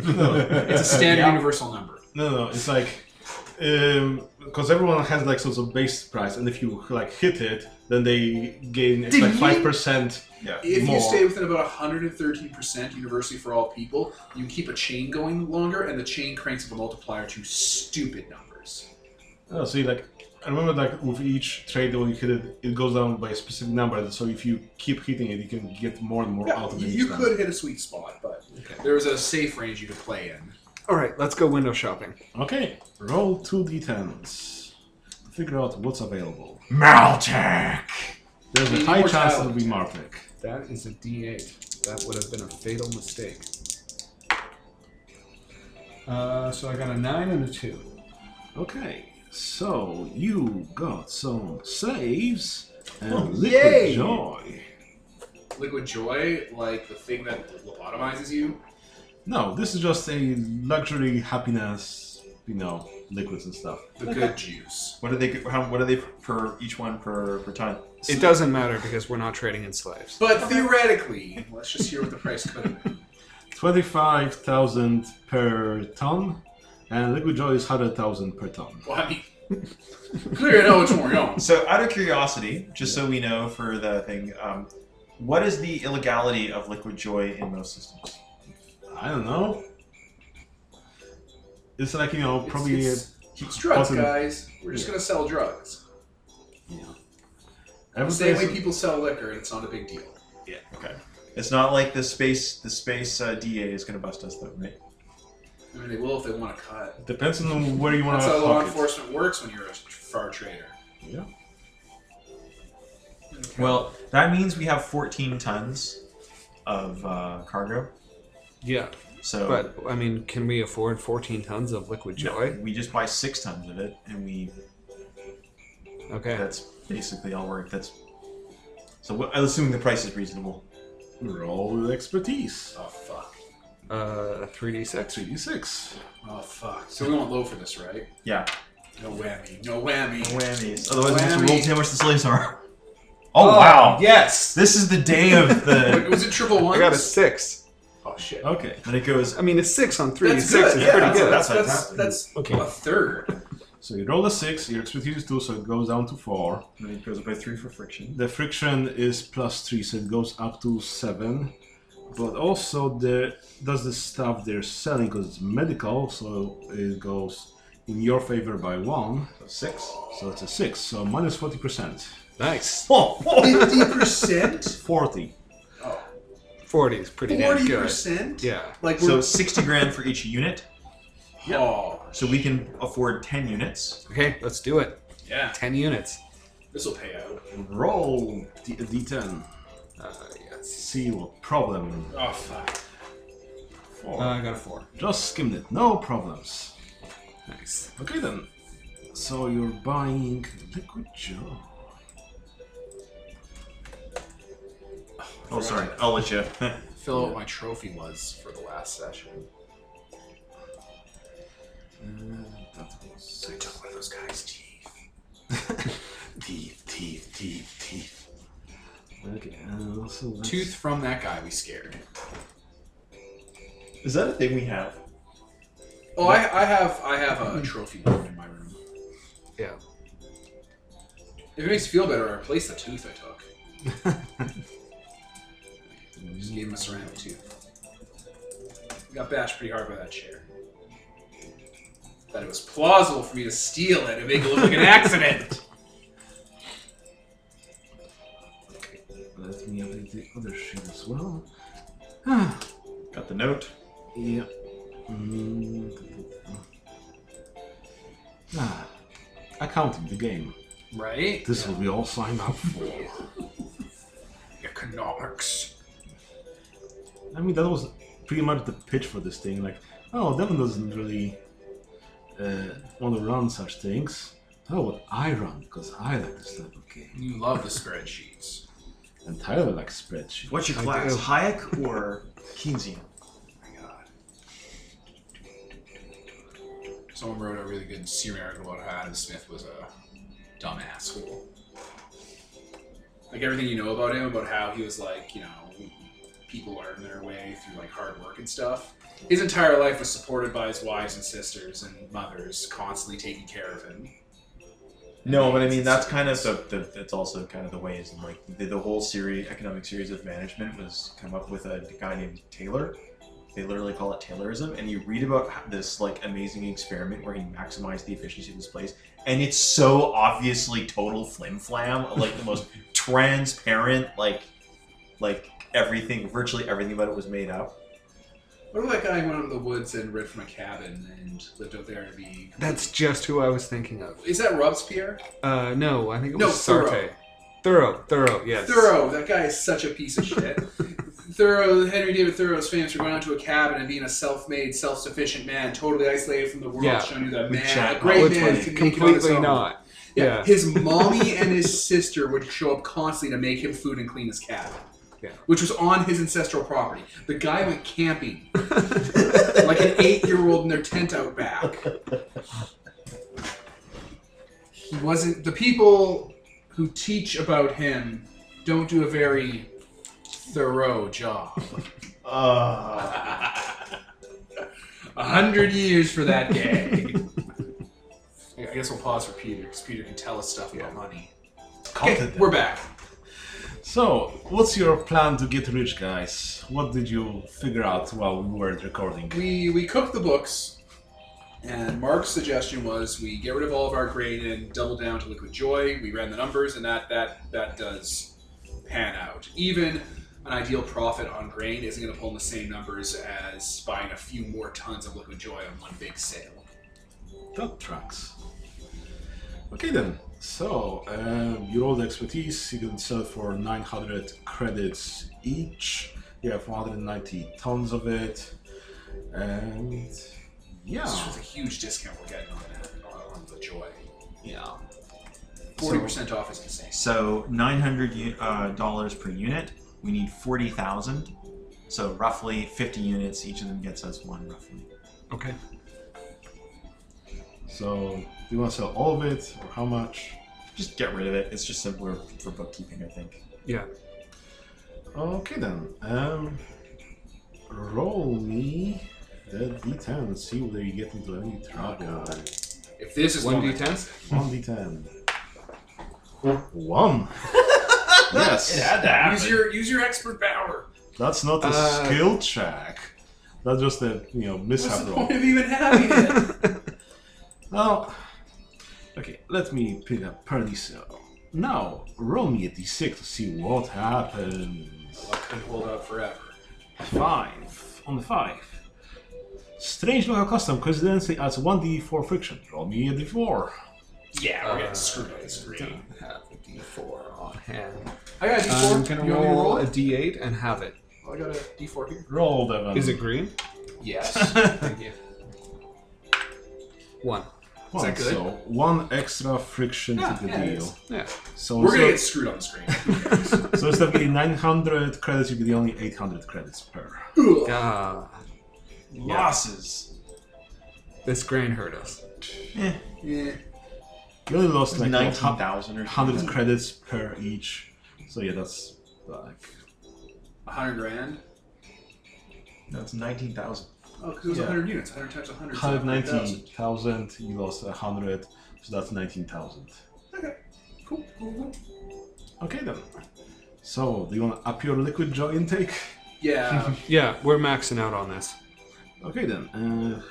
S2: (laughs) no,
S1: It's a standard
S3: Yeah.
S1: universal number.
S2: (laughs) no, no, it's like, because everyone has like sort of base price, and if you like hit it, then they gain it's
S1: Did
S2: like
S1: you-
S2: five percent.
S3: Yeah.
S1: If
S2: More.
S1: you stay within about 113% university for all people, you can keep a chain going longer, and the chain cranks up a multiplier to stupid numbers.
S2: Oh, see, like I remember, like with each trade when you hit it, it goes down by a specific number. So if you keep hitting it, you can get more and more out of
S1: you
S2: it.
S1: you could hit a sweet spot, but there was a safe range you could play in.
S4: All right, let's go window shopping.
S2: Okay, roll two d10s. Figure out what's available.
S3: Maltech.
S2: There's a
S1: Need
S2: high
S1: more
S2: chance it'll
S1: talent.
S2: be Martek.
S4: That is a D8. That would have been a fatal mistake. Uh, so I got a 9 and a 2.
S2: Okay, so you got some saves and
S4: Oh,
S2: liquid
S4: yay!
S2: joy.
S1: Liquid Joy, like the thing that lobotomizes you,
S2: No, this is just a luxury happiness, you know, liquids and stuff.
S1: the good juice.
S3: What are they? How, what are they per each one per per ton?
S4: It doesn't matter because we're not trading in slaves.
S1: But theoretically, let's just hear what the price could have been.
S2: Twenty-five thousand per ton, and liquid joy is hundred thousand per ton.
S1: Well, I mean, (laughs) clear it out, Torion.
S3: So, out of curiosity, just so we know for the thing, um, what is the illegality of liquid joy in most systems?
S2: I don't know. It's like you know, probably
S1: It's, it's, it's drugs,
S2: possibly-
S1: guys. We're just going to sell drugs.
S2: every
S1: The same
S2: place-
S1: way people sell liquor, it's not a big deal.
S3: Yeah. Okay. It's not like the space the space uh, DA is going to bust us though, right?
S1: I mean, they will if they want to cut.
S2: depends on where you want
S1: That's
S2: to
S1: how law
S2: pocket.
S1: enforcement works when you're a far trader.
S2: Yeah.
S3: Well, that means we have 14 tons of uh, cargo.
S4: Yeah,
S3: So
S4: but I mean, can we afford 14 tons of liquid joy?
S3: we just buy six tons of it, and we
S4: Okay.
S3: that's basically all we're that's. So wh- I'm assuming the price is reasonable.
S2: Roll with expertise.
S1: Oh, fuck.
S4: Uh, 3d6.
S2: Three d six.
S1: Oh, fuck. So we went low for this, right?
S3: Yeah.
S1: No whammy. No whammy.
S3: Whammies. Otherwise, we have to
S1: Whammy.
S3: roll to see how much the slaves are. Oh, wow! (laughs)
S1: Yes!
S3: This is the day of
S1: Wait,
S3: (laughs) the.
S1: was it triple one?
S4: I got a 6.
S1: Oh, shit.
S2: Okay.
S3: and it goes.
S4: I mean, a 6 on 3d6
S1: That's
S4: is
S1: good. yeah,
S4: pretty
S1: that's,
S4: good.
S1: That's,
S3: That's
S1: that's,
S3: fantastic.
S1: that's
S5: Okay.
S1: a third.
S2: So you roll a six. Your expertise is two, so it goes down to four.
S3: And it goes up by three for friction.
S2: The friction is plus three, so it goes up to seven. But also, the does the stuff they're selling because it's medical, so it goes in your favor by one.
S3: So six.
S2: So it's a six. So minus forty percent.
S4: Nice.
S3: Oh, oh. (laughs)
S1: 50%?
S2: Forty.
S1: Oh.
S4: 40 is pretty damn good.
S1: 40%?
S4: Yeah.
S1: Like,
S3: So
S1: we're.
S3: 60 grand for each unit.
S1: oh,
S3: So we can afford 10 units.
S4: Okay, let's do it.
S1: yeah.
S4: 10 units.
S1: This will pay out.
S2: Roll d d10.
S4: Uh, yeah,
S2: Let's see what problem.
S1: Oh, fuck.
S2: Four.
S4: Uh, I got a four.
S2: Just skimmed it. No problems.
S4: Nice.
S2: Okay then. So you're buying liquid joe.
S3: Oh, sorry. I'll let you. (laughs)
S1: Fill out what my trophy was for the last session.
S2: Uh, That was. I took one of those guys' teeth. teeth, teeth, teeth, teeth. Okay. Uh, also that's-
S1: Tooth from that guy we scared.
S3: Is that a thing we have?
S1: Oh, I, I have I have a trophy board in my room.
S4: Yeah.
S1: If it makes you feel better, I replaced the tooth I took. (laughs) Just gave him a ceramic tooth. I got bashed pretty hard by that chair. That it was plausible for me to steal it and make it look like an (laughs)
S4: (laughs)
S1: accident.
S2: Let me update the other sheet as well. Ah,
S3: Got the note.
S2: Yeah. Mm, Ah, accounting, the game.
S1: Right?
S2: This is what we all signed up for.
S1: Economics.
S2: I mean, that was pretty much the pitch for this thing. Like, oh, Devon doesn't really uh, want to run such things. Oh, what I run because I like this type of game.
S1: You love the spreadsheets.
S2: And Tyler likes spreadsheets.
S3: What's your
S4: I
S3: class?
S4: do.
S3: Hayek or Keynesian?
S1: My God. Someone wrote a really good Siri article about how Adam Smith was a dumb asshole. Like everything you know about him, about how he was like, you know, people earn their way through like hard work and stuff. His entire life was supported by his wives and sisters and mothers constantly taking care of him.
S3: No, but I mean that's kind of the, the that's also kind of the ways and like the, the whole series economic series of management was come up with a guy named Taylor. They literally call it Taylorism, and you read about ho- this like amazing experiment where he maximized the efficiency of this place, and it's so obviously total flim flam, like the most transparent, like like everything, virtually everything about it was made up.
S1: What about that guy who went out in the woods and read from a cabin and lived out there to be?
S4: That's just who I was thinking of.
S1: Is that Robespierre?
S4: Uh, no, I think it was
S1: No, Thoreau.
S4: Sartre. Thorough, thorough, yes.
S1: Thoreau, that guy is such a piece of
S4: (laughs)
S1: shit. Thoreau, Henry David Thoreau is famous for going out to a cabin and being a self-made, self-sufficient man, totally isolated from the world,
S4: Yeah.
S1: showing you that
S3: With
S1: man,
S3: Jack
S1: a great
S4: Which
S1: man,
S4: was
S1: can make it on his
S4: completely
S1: own.
S4: not. Yeah.
S1: His mommy and his sister would show up constantly to make him food and clean his cabin.
S4: Yeah.
S1: Which was on his ancestral property. The guy went
S4: (laughs)
S1: camping like an eight-year-old in their tent out back. He wasn't. The people who teach about him don't do a very thorough job.
S3: Uh,
S1: A hundred years for that day. I guess we'll pause for Peter because Peter can tell us stuff about money. Okay, we're back.
S2: So, what's your plan to get rich, guys? What did you figure out while we were recording?
S1: We we cooked the books, and Mark's suggestion was we get rid of all of our grade and double down to liquid joy. We ran the numbers, and that that that does pan out. Even an ideal profit on grain isn't going to pull in the same numbers as buying a few more tons of liquid joy on one big sale.
S2: That tracks. Okay then. So um, you roll the expertise. You can sell it for 900 credits each. You have 190 tons of it, and yeah,
S1: This was a huge discount we're getting on that on the joy.
S2: yeah.
S1: Forty percent off is insane.
S3: So nine hundred uh, dollars per unit. We need forty thousand. So roughly fifty units. Each of them gets us one roughly.
S4: Okay.
S2: So you want to sell all of it, or how much?
S3: Just get rid of it. It's just simpler for bookkeeping, I think.
S4: Yeah.
S2: Okay then. Um, roll me the d10. and See whether you get into any trouble.
S1: If this is
S4: One
S1: one
S4: D
S1: detail,
S4: tens?
S2: One d10.
S1: (laughs)
S2: One. yes.
S1: use your use your expert power.
S2: That's not a
S4: Uh,
S2: skill check. That's just a you know
S1: What's the
S2: mishap roll.
S1: point of even having (laughs) it?
S2: Now, okay, let me pick up Pearly Cell. Now, roll me a d6 to see what happens.
S1: Luck can hold up forever.
S2: Five on the five. Strange local custom coincidentally adds one d4 friction. Roll me a d4.
S1: Yeah, we're
S4: Uh,
S1: getting screwed up this green.
S4: Don't have a D4 on hand.
S1: I got a D4.
S4: I'm gonna
S1: you want me to
S4: roll
S1: roll
S4: a
S1: it?
S4: D8 and have it.
S1: Oh, I got a D4 here.
S2: Roll, Devon.
S4: Is it green? (laughs)
S1: Yes. Thank you.
S4: One.
S2: Well,
S1: that good?
S2: So one extra friction
S1: Yeah,
S2: to the
S1: yeah, it
S2: deal.
S1: is.
S4: Yeah.
S2: So
S1: We're gonna get
S2: so,
S1: screwed on the (laughs) screen.
S2: so instead of getting 900 credits, you get only 800 credits per.
S1: Ugh.
S4: Ah,
S3: Losses. Eh,
S4: this grain hurt us.
S1: yeah.
S2: You only lost like what,
S3: Nineteen
S2: hu-
S3: thousand or
S2: 100 credits per each. So yeah, that's like
S1: A hundred grand.
S3: No, it's nineteen thousand.
S1: Oh, because it was
S2: Yeah.
S1: a hundred units. Hundred times a hundred.
S2: 190,000. You lost 100, so that's 19,000.
S1: Cool, cool, cool.
S2: Okay then. So, do you want to up your liquid gel intake?
S4: (laughs)
S1: Yeah.
S4: Yeah, we're maxing out on this.
S2: Okay then. Uh,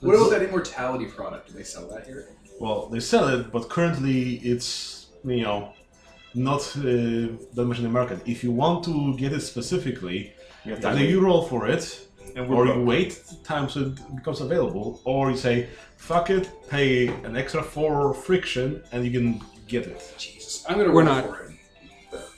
S1: what
S2: let's-
S1: about that immortality product? Do they sell that here?
S2: Well, they sell it, but currently it's you know not uh, that much in the market. If you want to get it specifically,
S3: We have to
S2: either
S3: wait.
S2: you roll for it,
S3: and
S2: or
S3: we're
S2: you
S3: broke.
S2: wait time so it becomes available, or you say fuck it, pay an extra for friction, and you can get it.
S1: Jesus, I'm gonna
S4: We're
S1: roll
S4: not-
S1: for it.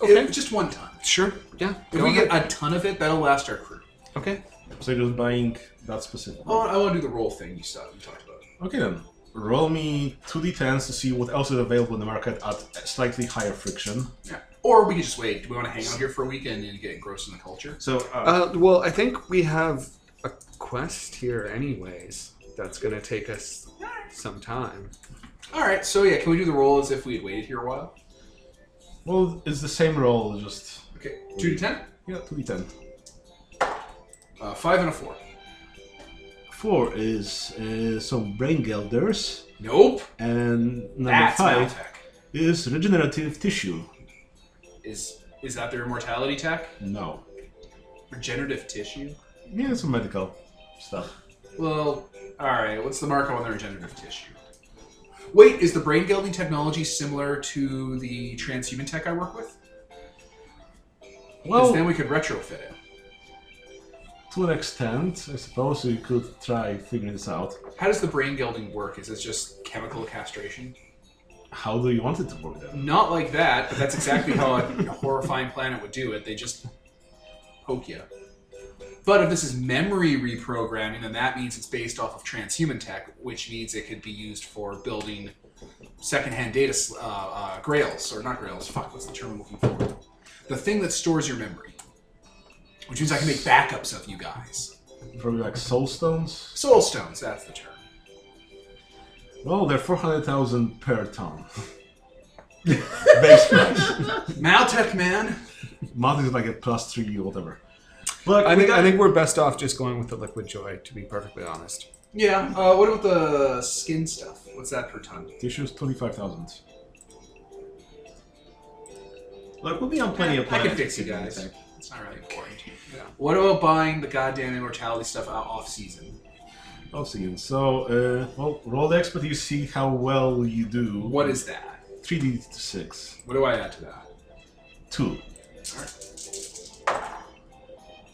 S4: Okay.
S1: It- Just one ton.
S4: Sure. Yeah.
S1: If
S4: go
S1: we
S4: ahead.
S1: get a ton of it, that'll last our crew.
S4: Okay.
S2: So you're just buying that specific.
S1: Oh, I want to do the roll thing you stuff you talked about.
S2: Okay then, roll me two d10s to see what else is available in the market at slightly higher friction.
S1: Yeah. Or we could just wait. Do we want to hang out here for a weekend and get engrossed in the culture?
S3: So uh,
S4: Uh, well, I think we have a quest here, anyways. That's gonna take us some time.
S1: All right. So yeah, can we do the roll as if we had waited here a while?
S2: Well, it's the same roll, just
S1: Okay. Two to ten.
S2: yeah, two d10.
S1: Uh, five and a four.
S2: Four is uh, some brain gelders,
S1: Nope.
S2: and number
S3: that's my
S2: five
S3: tech.
S2: is regenerative tissue.
S1: Is is that their immortality tech?
S2: No,
S1: Regenerative tissue.
S2: yeah, some medical stuff.
S1: Well, all right. What's the markup on the regenerative tissue? Wait, is the brain gelding technology similar to the transhuman tech I work with? Because
S2: Well,
S1: then we could retrofit it.
S2: to an extent, I suppose we could try figuring this out.
S1: How does the brain gelding work? Is it just chemical castration?
S2: How do you want it to work then?
S1: Not like that, but that's exactly how a horrifying planet would do it. They just poke you. But if this is memory reprogramming, then that means it's based off of transhuman tech, which means it could be used for building secondhand data s- uh, uh, grails, or not grails. Fuck, what's the term I'm looking for? The thing that stores your memory, which means I can make backups of you guys.
S2: Probably like soul stones.
S1: Soul stones, that's the term.
S2: Well, they're four hundred thousand per ton. (laughs) Base price.
S1: Maltech man.
S2: Mouth is like a plus three, whatever. Look,
S4: I
S2: we
S4: think
S2: got-
S4: I think we're best off just going with the liquid joy, to be perfectly honest.
S1: Yeah. Uh, what about the skin stuff? What's that per ton?
S2: tissue is twenty-five thousand.
S3: Look, we'll be on plenty of
S1: I
S3: planets.
S1: can fix you
S3: if
S1: guys.
S3: anything.
S1: It's not really important.
S4: Yeah.
S1: What about buying the goddamn immortality stuff out off season?
S2: I'll see you. So, uh, well, roll the expertise, see how well you do.
S1: What is that?
S2: 3d to 6?
S1: What do I add to that?
S2: 2.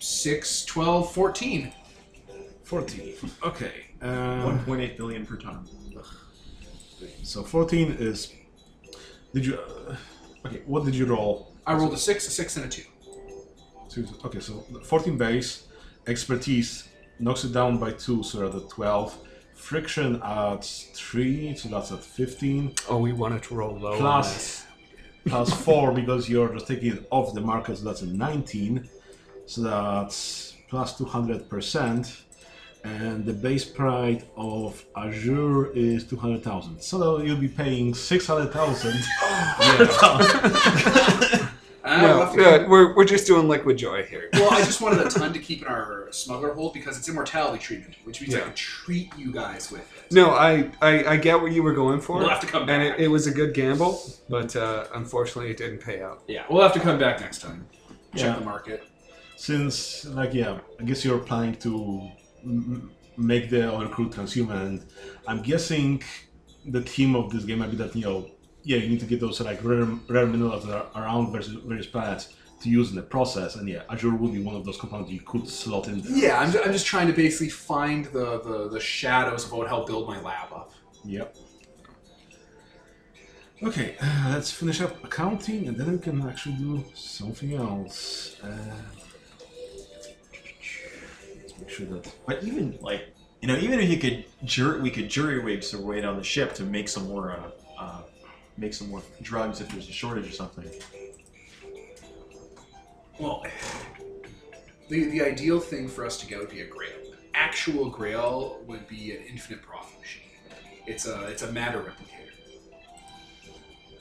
S1: Six, twelve, fourteen.
S2: 14. Okay. Uh,
S3: One point eight billion per ton.
S2: so 14 is. Did you. Uh, okay, what did you roll?
S1: I rolled a six, a six, and a two.
S2: So- Okay, so 14 base, expertise knocks it down by 2, so you're at 12. Friction adds 3, so that's at 15.
S4: Oh, we wanted to roll low. on
S2: Plus-
S4: this.
S2: plus four because you're just taking it off the market, so that's a 19. So that's plus 200%. And the base price of Azure is 200,000. So you'll be paying 600,000.
S1: I
S4: No,
S1: left it.
S4: yeah, we're, we're just doing liquid joy here.
S1: Well, I just wanted a ton to keep in our smuggler hold because it's immortality treatment, which means I
S4: Yeah.
S1: can treat you guys with it.
S4: No, I, I, I get what you were going for.
S1: We'll have to come
S4: And
S1: back.
S4: it, it was a good gamble, but uh, unfortunately it didn't pay out.
S1: yeah, we'll have to come back next time. Check
S2: Yeah.
S1: the market.
S2: Since, like, yeah, I guess you're planning to m- make the other crew transhuman. And I'm guessing the theme of this game might be that, you know, yeah, you need to get those like rare, rare minerals that are around versus various planets to use in the process. And yeah, Azure would be one of those components you could slot in there.
S1: Yeah, I'm, ju- I'm just trying to basically find the, the, the shadows about how build my lab up.
S2: Yep. Okay, uh, let's finish up accounting and then we can actually do something else. Uh, let's make sure that.
S3: But even like you know, even if you could jur- we could jury rig some weight on the ship to make some more uh, uh, make some more drugs if there's a shortage or something.
S1: Well, the, the ideal thing for us to get would be a grail. An actual grail would be an infinite profit machine. It's a it's a matter replicator.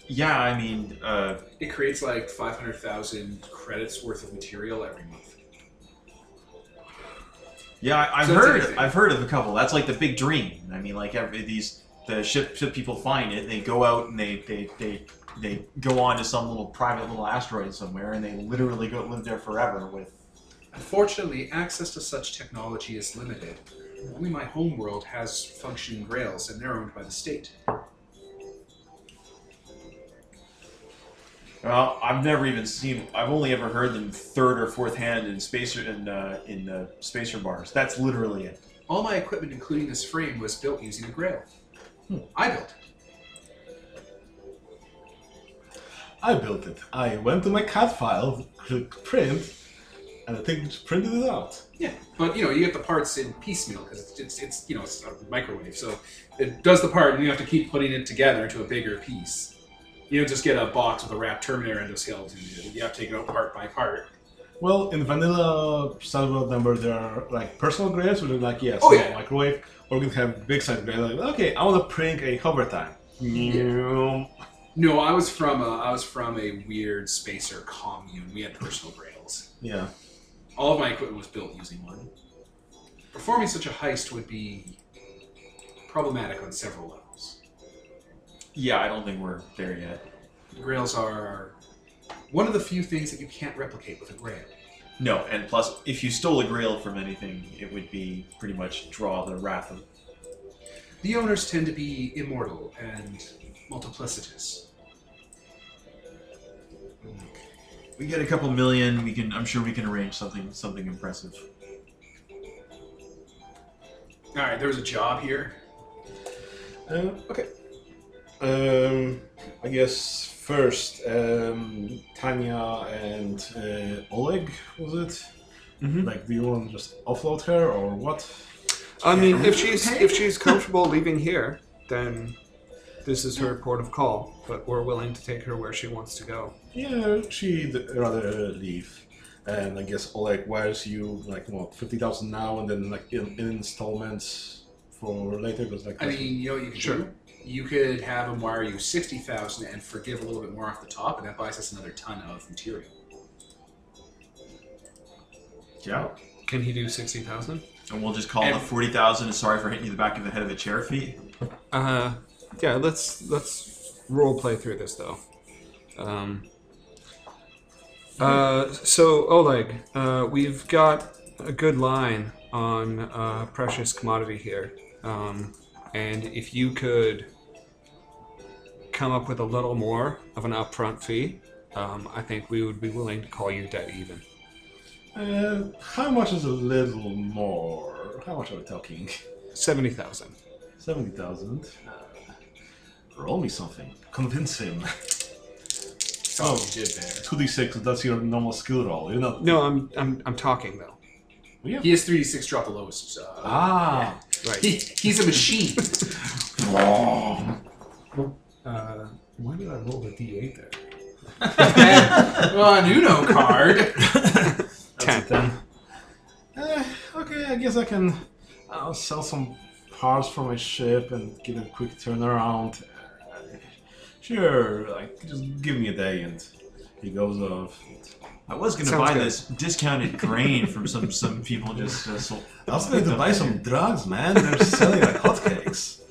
S3: Yeah, I mean, uh,
S1: It creates like five hundred thousand credits worth of material every month.
S3: yeah, I, I've
S1: So it's
S3: heard
S1: everything.
S3: I've heard of a couple. That's like the big dream. I mean, like every, these the ship, ship people find it, they go out and they they they they go on to some little private little asteroid somewhere, and they literally go live there forever with.
S1: Unfortunately, access to such technology is limited. Only my homeworld has functioning grails, and they're owned by the state.
S3: Well, I've never even seen. I've only ever heard them third or fourth hand in spacer in uh, in uh, spacer bars. That's literally it.
S1: All my equipment, including this frame, was built using a grail. I built it.
S2: I built it. I went to my CAD file, click print, and I think it printed it out.
S1: Yeah, but you know, you get the parts in piecemeal because it's, it's it's you know it's a microwave, so it does the part, and you have to keep putting it together into a bigger piece. You don't just get a box with a wrapped Terminator endoskeleton. You have to take it out part by part.
S2: Well, in vanilla standard number, there are like personal grades, which are like, yes,
S1: Oh, yeah.
S2: microwave, or we can have big size grade. Like, okay, I want to print a hover time.
S1: No, I was from a, I was from a weird spacer commune. We had personal grails.
S2: Yeah.
S1: All of my equipment was built using one. Performing such a heist would be problematic on several levels.
S3: Yeah, I don't think we're there yet.
S1: Grails are one of the few things that you can't replicate with a grail.
S3: No, and plus, if you stole a grail from anything, it would be pretty much draw the wrath of.
S1: The owners tend to be immortal and multiplicitous.
S3: We get a couple million. We can. I'm sure we can arrange something something impressive.
S1: Alright, there was a job here.
S2: Uh, okay. Um, I guess first, um, Tanya and uh, Oleg, was it?
S3: Mhm.
S2: Like, do you want to just offload her or what?
S4: I mean, if she's if she's comfortable leaving here, then this is her port of call. But we're willing to take her where she wants to go.
S2: Yeah, she'd rather leave. And I guess Oleg wires you like what fifty thousand now, and then like in, in installments for later. Because like
S1: I
S2: that's-
S1: mean, you know what you could
S4: Sure.
S1: do? You could have them wire you sixty thousand and forgive a little bit more off the top, and that buys us another ton of material.
S3: Yeah.
S4: Can he do sixty thousand?
S3: And we'll just call it the
S1: And-
S3: forty thousand. Sorry for hitting you in the back of the head of a chair fee.
S4: Uh, yeah. Let's let's role play through this though. Um. Uh, so Oleg, uh, we've got a good line on uh, precious commodity here, um, and if you could come up with a little more of an upfront fee, um, I think we would be willing to call you dead even.
S2: uh, how much is a little more? How much are we talking?
S4: Seventy thousand.
S2: Seventy thousand. Uh, Roll me something. Convince him. (laughs)
S1: Oh, you did there.
S2: Two d six. That's your normal skill roll. You're not.
S4: No, I'm I'm I'm talking though.
S2: Yeah.
S1: He has three D six drop the lowest. Uh,
S2: Oh. Ah.
S4: Right.
S1: he, he's a machine.
S4: (laughs)
S1: (laughs)
S4: Uh, why did I roll the d8 there?
S1: well, an Uno card.
S4: Ten.
S2: Eh, okay, I guess I can uh, sell some parts for my ship and get a quick turnaround. Uh, sure, like just give me a day and he goes off.
S3: I was gonna
S4: Sounds
S3: buy
S4: good.
S3: this discounted grain from some some people just. Uh, sold.
S2: I was going to buy some drugs, man. They're selling like hotcakes.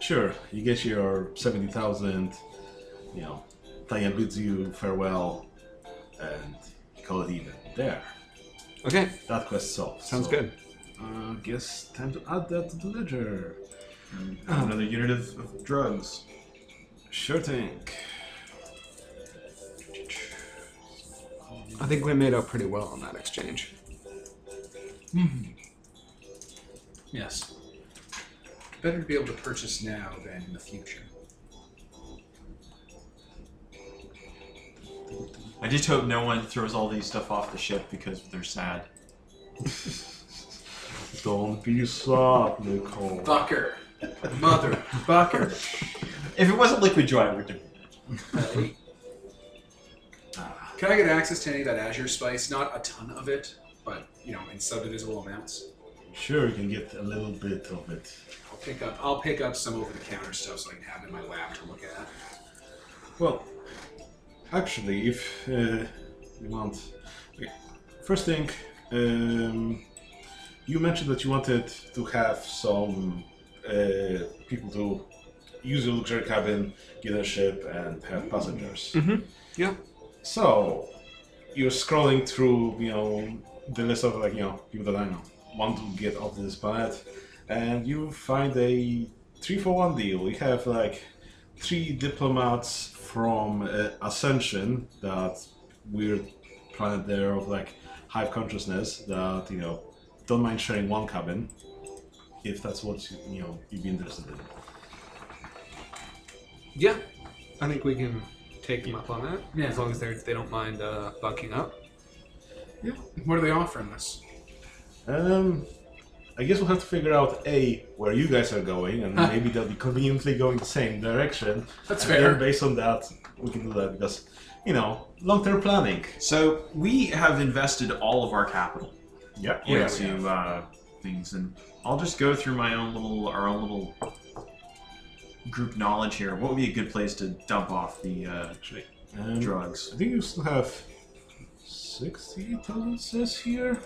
S2: Sure, you get your seventy thousand. You know, Tanya bids you farewell, and you call it even. There,
S4: Okay,
S2: that quest solved.
S4: sounds
S2: So,
S4: good.
S2: Uh, guess time to add that to the ledger.
S3: Another unit of, of drugs.
S2: Sure thing.
S4: I think we made up pretty well on that exchange.
S1: Yes. Better to be able to purchase now than in the future.
S3: I just hope no one throws all these stuff off the ship because they're sad.
S2: Don't be soft, Nicole.
S1: Bucker. Mother. Bucker.
S3: If it wasn't liquid joy, we're different.
S1: Can I get access to any of that Azure Spice? Not a ton of it, but, you know, in subdivisible amounts.
S2: Sure, you can get a little bit of it.
S1: I'll pick up, I'll pick up some over-the-counter stuff so I can have it in my lab to look at.
S2: Well, actually, if uh, you want, okay, first thing, um, you mentioned that you wanted to have some uh, people to use your luxury cabin, get a ship, and have passengers.
S4: Mhm, yeah.
S2: So you're scrolling through, you know, the list of like you know people that I know want to get off this planet, and you find a three for one deal. We have like three diplomats from uh, Ascension, that weird planet there of like hive consciousness, that you know don't mind sharing one cabin if that's what you, you know you'd be interested in.
S4: Yeah, I think we can take them up on that. Yeah, as long as they they don't mind uh, bucking up.
S1: What are they offering us?
S2: Um, I guess we'll have to figure out a where you guys are going, and maybe they'll be conveniently going the same direction.
S1: That's
S2: And then
S1: fair.
S2: Based on that, we can do that because you know long-term planning.
S3: So we have invested all of our capital
S2: Yeah.
S1: Yeah, we have.
S3: into uh, things, and I'll just go through my own little our own little group knowledge here. What would be a good place to dump off the uh,
S4: Mm-hmm.
S2: Actually, um,
S3: drugs?
S2: I think you still have sixty thousand says here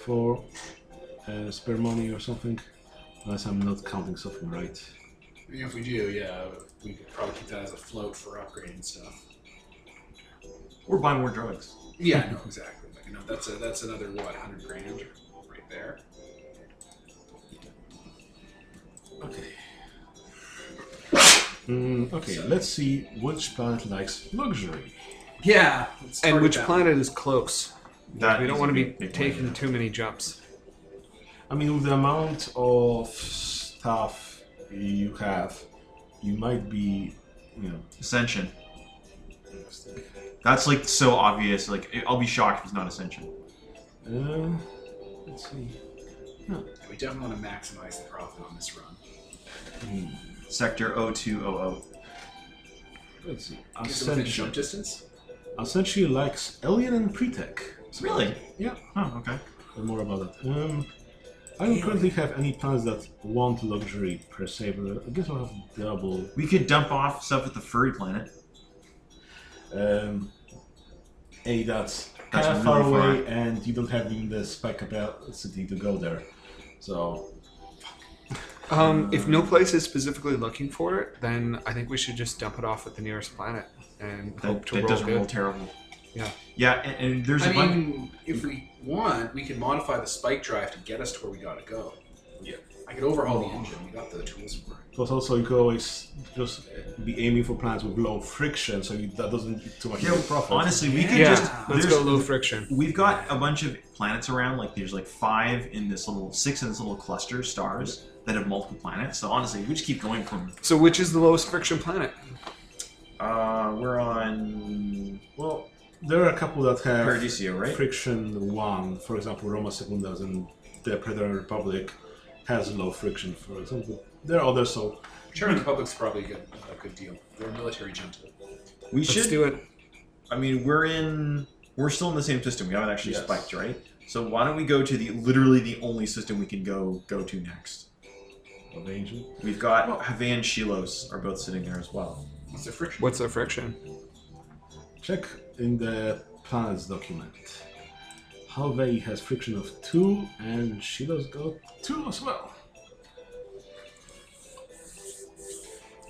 S2: for uh, spare money or something, unless I'm not counting something right.
S1: I mean, if we do, yeah, we could probably keep that as a float for upgrading stuff.
S3: Or buy more drugs?
S1: Yeah, no, exactly. Like, you know, that's a, that's another what, hundred grand right there.
S2: Okay. Mm, okay, let's see which planet likes luxury.
S1: Yeah. let's
S4: And
S1: target
S4: which
S1: that
S4: planet is close?
S3: That
S4: we don't
S3: is
S4: want
S3: a
S4: to
S3: big-
S4: be
S3: big
S4: taking
S3: one.
S4: too many jumps.
S2: I mean, with the amount of stuff you have, you might be, you know.
S3: ascension. That's like so obvious. Like I- I'll be shocked if it's not ascension.
S2: Uh, let's see.
S1: one. Yeah, we definitely want to maximize the profit on this run.
S2: Hmm,
S3: Sector 0200.
S2: let's see.
S1: Is it within
S2: Ascension.
S1: jump distance?
S2: Ascension likes Alien and Pretech.
S3: Really?
S2: Yeah.
S3: Oh, okay.
S2: But more about that. Um, I don't currently have any plans that want luxury per se, but I guess I'll have double
S3: We could dump off stuff at the furry planet.
S2: Um, a that's
S3: That's
S2: kind of far
S3: really far.
S2: away, and you don't have even the spec capacity to go there. So
S4: Um, if no place is specifically looking for it, then I think we should just dump it off at the nearest planet and
S3: That,
S4: hope to
S3: that
S4: roll
S3: doesn't
S4: good.
S3: roll terrible.
S4: Yeah.
S3: Yeah, and, and there's a
S1: I
S3: bunch.
S1: mean, if we want, we can modify the spike drive to get us to where we gotta go.
S2: Yeah.
S1: I could overhaul the engine. We got the tools for it.
S2: plus, also you could always just be aiming for plants with low friction, so you, that doesn't get too much
S3: Yeah,
S2: profit.
S3: honestly, we could
S4: Yeah,
S3: just.
S4: let's
S3: there's-
S4: go low friction.
S3: We've got a bunch of planets around. Like there's like five in this little, six in this little cluster of stars that have multiple planets. So honestly, we just keep going from.
S4: So which is the lowest friction planet?
S3: Uh, we're on
S2: well, there are a couple that have
S3: Paradisio, right?
S2: friction one. For example, Roma Secundas and the Predator Republic has low friction. For example, there are others. So
S1: Chairman Republic's probably a good, a good deal. They're a military junta.
S3: We
S4: Let's
S3: should.
S4: do it.
S3: I mean, we're in. We're still in the same system. We haven't actually
S2: Yes.
S3: spiked, right? So why don't we go to the literally the only system we can go go to next?
S2: of Angel.
S3: We've got Havan, Shilos are both sitting there as well.
S1: What's the friction?
S4: What's the friction?
S2: Check in the planets document. Halvey has friction of two, and Shilo's got two as well.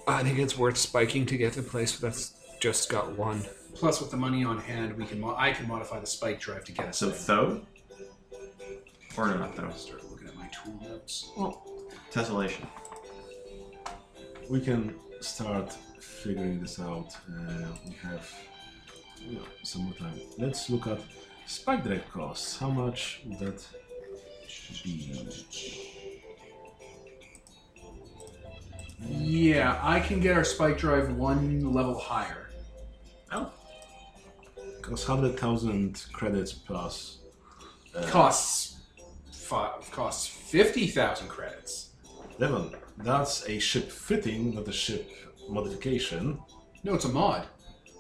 S4: I think it's worth spiking to get to a place that's just got one.
S1: Plus, with the money on hand, we can. Mo- I can modify the spike drive to get us.
S3: So
S1: there.
S3: Tho, or no, not Tho,
S1: Start looking at my tool notes.
S3: Tessellation.
S2: We can start figuring this out. Uh, we have you know, some more time. Let's look at spike drive costs. How much would that be?
S1: Yeah, I can get our spike drive one level higher.
S3: Oh,
S2: costs 100,000 credits plus.
S3: Uh.
S1: Costs fi- costs fifty thousand credits.
S2: Devon, that's a ship fitting, not a ship modification.
S1: No, it's a mod.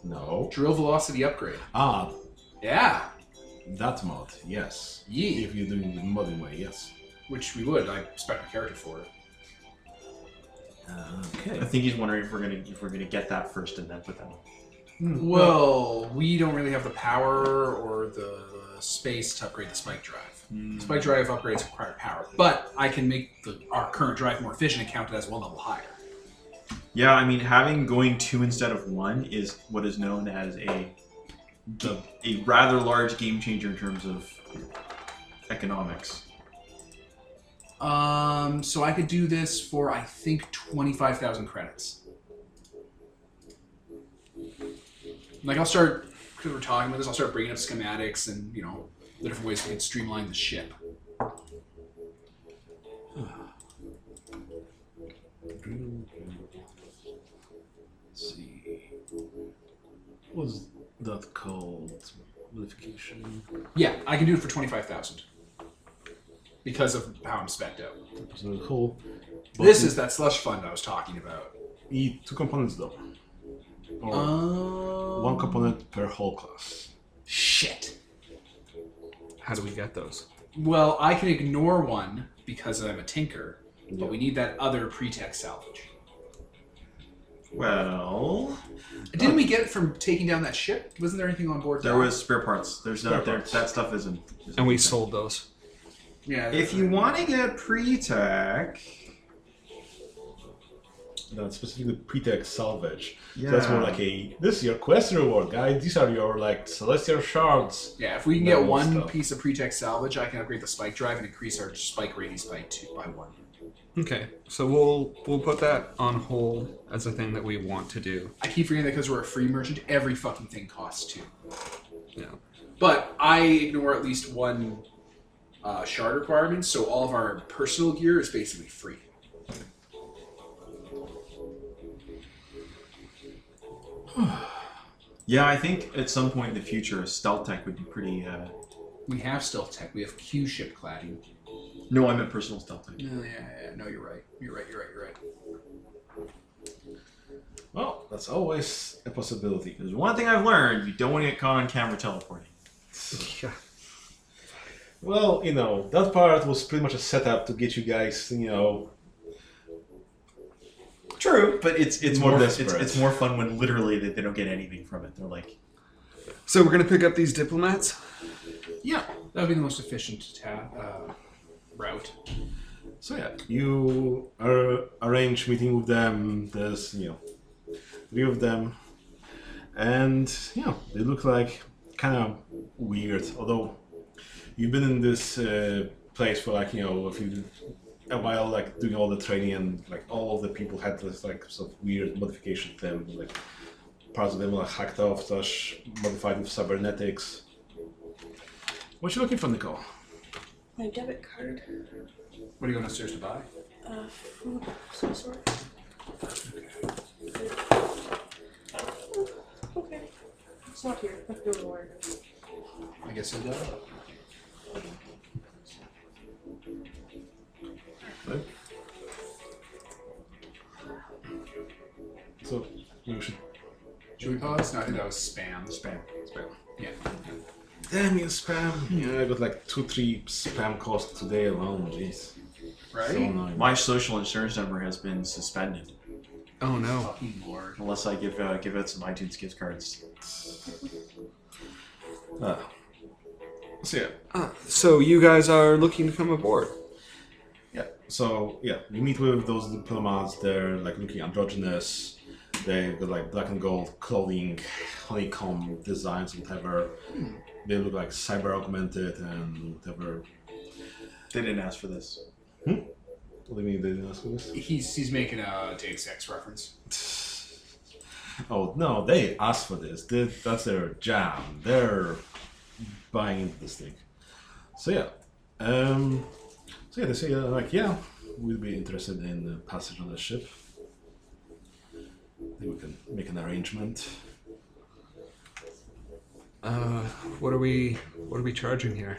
S2: No.
S1: Drill velocity upgrade.
S2: Ah,
S1: Yeah,
S2: that mod, yes.
S1: yeah.
S2: If you're doing the modding way, yes.
S1: Which we would. I spec my character for it.
S2: Okay.
S3: I think he's wondering if we're gonna if we're gonna get that first and then put that.
S1: Hmm. Well, we don't really have the power or the space to upgrade the spike drive.
S4: Hmm.
S3: On.
S1: Spike drive upgrades require power, but I can make the, our current drive more efficient and count it as one level higher.
S3: Yeah, I mean, having going two instead of one is what is known as a the, a rather large game changer in terms of economics.
S1: Um, so I could do this for I think twenty five thousand credits. Like I'll start because we're talking about this. I'll start bringing up schematics and you know the different ways we can streamline the ship.
S2: Let's see. What's that called? Modification?
S1: Yeah, I can do it for twenty five thousand because of how I'm spec'd out.
S2: Personal hull.
S1: This is that slush fund I was talking about.
S2: E two components though.
S3: Oh.
S2: Or
S1: Um,
S2: one component per hull class.
S1: Shit.
S4: How do we get those?
S1: Well, I can ignore one because I'm a tinker, but we need that other pretext salvage.
S3: Well,
S1: Didn't we get it from taking down that ship? Wasn't there anything on board?
S3: there
S1: that?
S3: was spare parts. There's
S2: Spare
S3: not there,
S2: parts.
S3: that stuff isn't. isn't
S4: And we sold those.
S1: Yeah.
S3: If you want to get pre-tech,
S2: That's specifically pretext salvage.
S3: yeah,
S2: That's more like a this is your quest reward, guys. These are your like celestial shards.
S1: Yeah, if we can
S2: That
S1: get
S2: old
S1: one
S2: stuff.
S1: piece of pretext salvage, I can upgrade the spike drive and increase our spike radius by two by one.
S4: Okay, so we'll we'll put that on hold as a thing that we want to do.
S1: I keep forgetting that because we're a free merchant, every fucking thing costs two.
S4: Yeah.
S1: But I ignore at least one uh, shard requirement, so all of our personal gear is basically free.
S3: yeah. I think at some point in the future, a stealth tech would be pretty. Uh,
S1: We have stealth tech. We have Q ship cladding.
S3: no, I meant personal stealth tech.
S1: Oh, Yeah, yeah, yeah. No, you're right. You're right. You're right. You're right.
S2: Well, that's always a possibility.
S3: There's one thing I've learned: you don't want to get caught on camera teleporting.
S4: Yeah.
S2: Well, you know, that part was pretty much a setup to get you guys, you know,
S3: True, but it's it's
S2: More
S3: more, it's,
S2: desperate.
S3: it's more fun when literally that they don't get anything from it. They're like,
S4: So we're gonna pick up these diplomats.
S1: Yeah, that would be the most efficient ta- uh, route.
S2: So yeah, you ar- arrange meeting with them. There's you know three of them, and yeah, they look like kind of weird. Although you've been in this uh, place for like you know a few a while, like doing all the training, and like all of the people had this like sort of weird modification to them, like parts of them were like hacked off, slash modified with cybernetics. What you looking for, Nicole?
S6: My debit card.
S1: What are you going upstairs to buy?
S6: Uh, food of some sort. Okay. It's not here. I have to go to the wire.
S1: I guess he'll go.
S2: So you should
S1: Should we pause? No, I think that was spam. Spam. Spam. Yeah.
S2: Damn you, spam! Yeah, I got like two, three spam calls today alone. Jeez,
S1: Right?
S2: so annoying.
S3: my social insurance number has been suspended
S4: Oh no.
S1: Fucking lord.
S3: unless I give uh, give out some iTunes gift cards.
S2: Ah. So yeah,
S4: Ah, so you guys are looking to come aboard.
S2: yeah. So yeah, you meet with those diplomats. They're like looking androgynous. They've got like black and gold clothing, honeycomb designs, whatever. They look like cyber augmented and whatever.
S3: They didn't ask for this.
S2: What do you mean they didn't ask for this?
S1: He's he's making a Deus Ex reference.
S2: Oh no, they asked for this. They, that's their jam. They're buying into this thing. So yeah, um, so yeah, they say uh, like yeah, we'll be interested in the passage on the ship. I think we can make an arrangement.
S4: Uh, what are we? What are we charging here?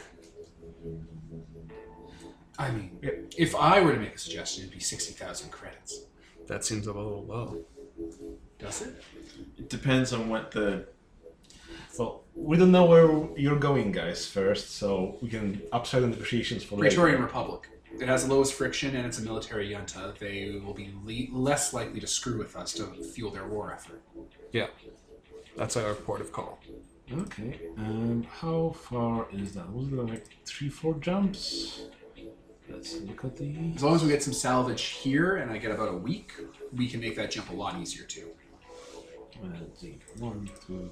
S1: I mean, if I were to make a suggestion, it'd be 60,000 credits.
S4: That seems a little low.
S1: Does it?
S3: It depends on what the
S2: Well, we don't know where you're going, guys, first, so we can upside the negotiations for later.
S1: Praetorian Republic. It has the lowest friction and it's a military junta. They will be le- less likely to screw with us to fuel their war effort.
S4: Yeah, that's our port of call.
S2: Okay. Um, how far is that? Was it like three, four jumps? Let's look at the.
S1: As long as we get some salvage here and I get about a week, we can make that jump a lot easier too.
S2: Let's see. One, two.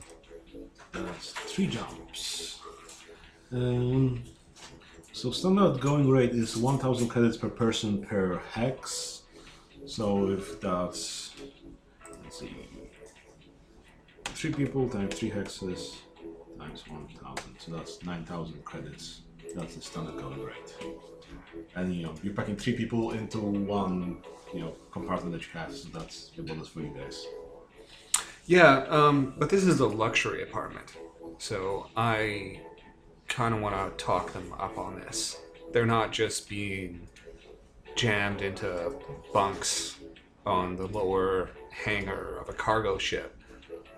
S2: That's three jumps. Um, so standard going rate is 1,000 credits per person per hex. So if that's let's see, three people times three hexes times 1,000, so that's 9,000 credits. That's the standard going rate. And you know you're packing three people into one you know compartment that you have, so that's the bonus for you guys.
S4: Yeah, um, but this is a luxury apartment, so I kind of want to talk them up on this. They're not just being jammed into bunks on the lower hangar of a cargo ship.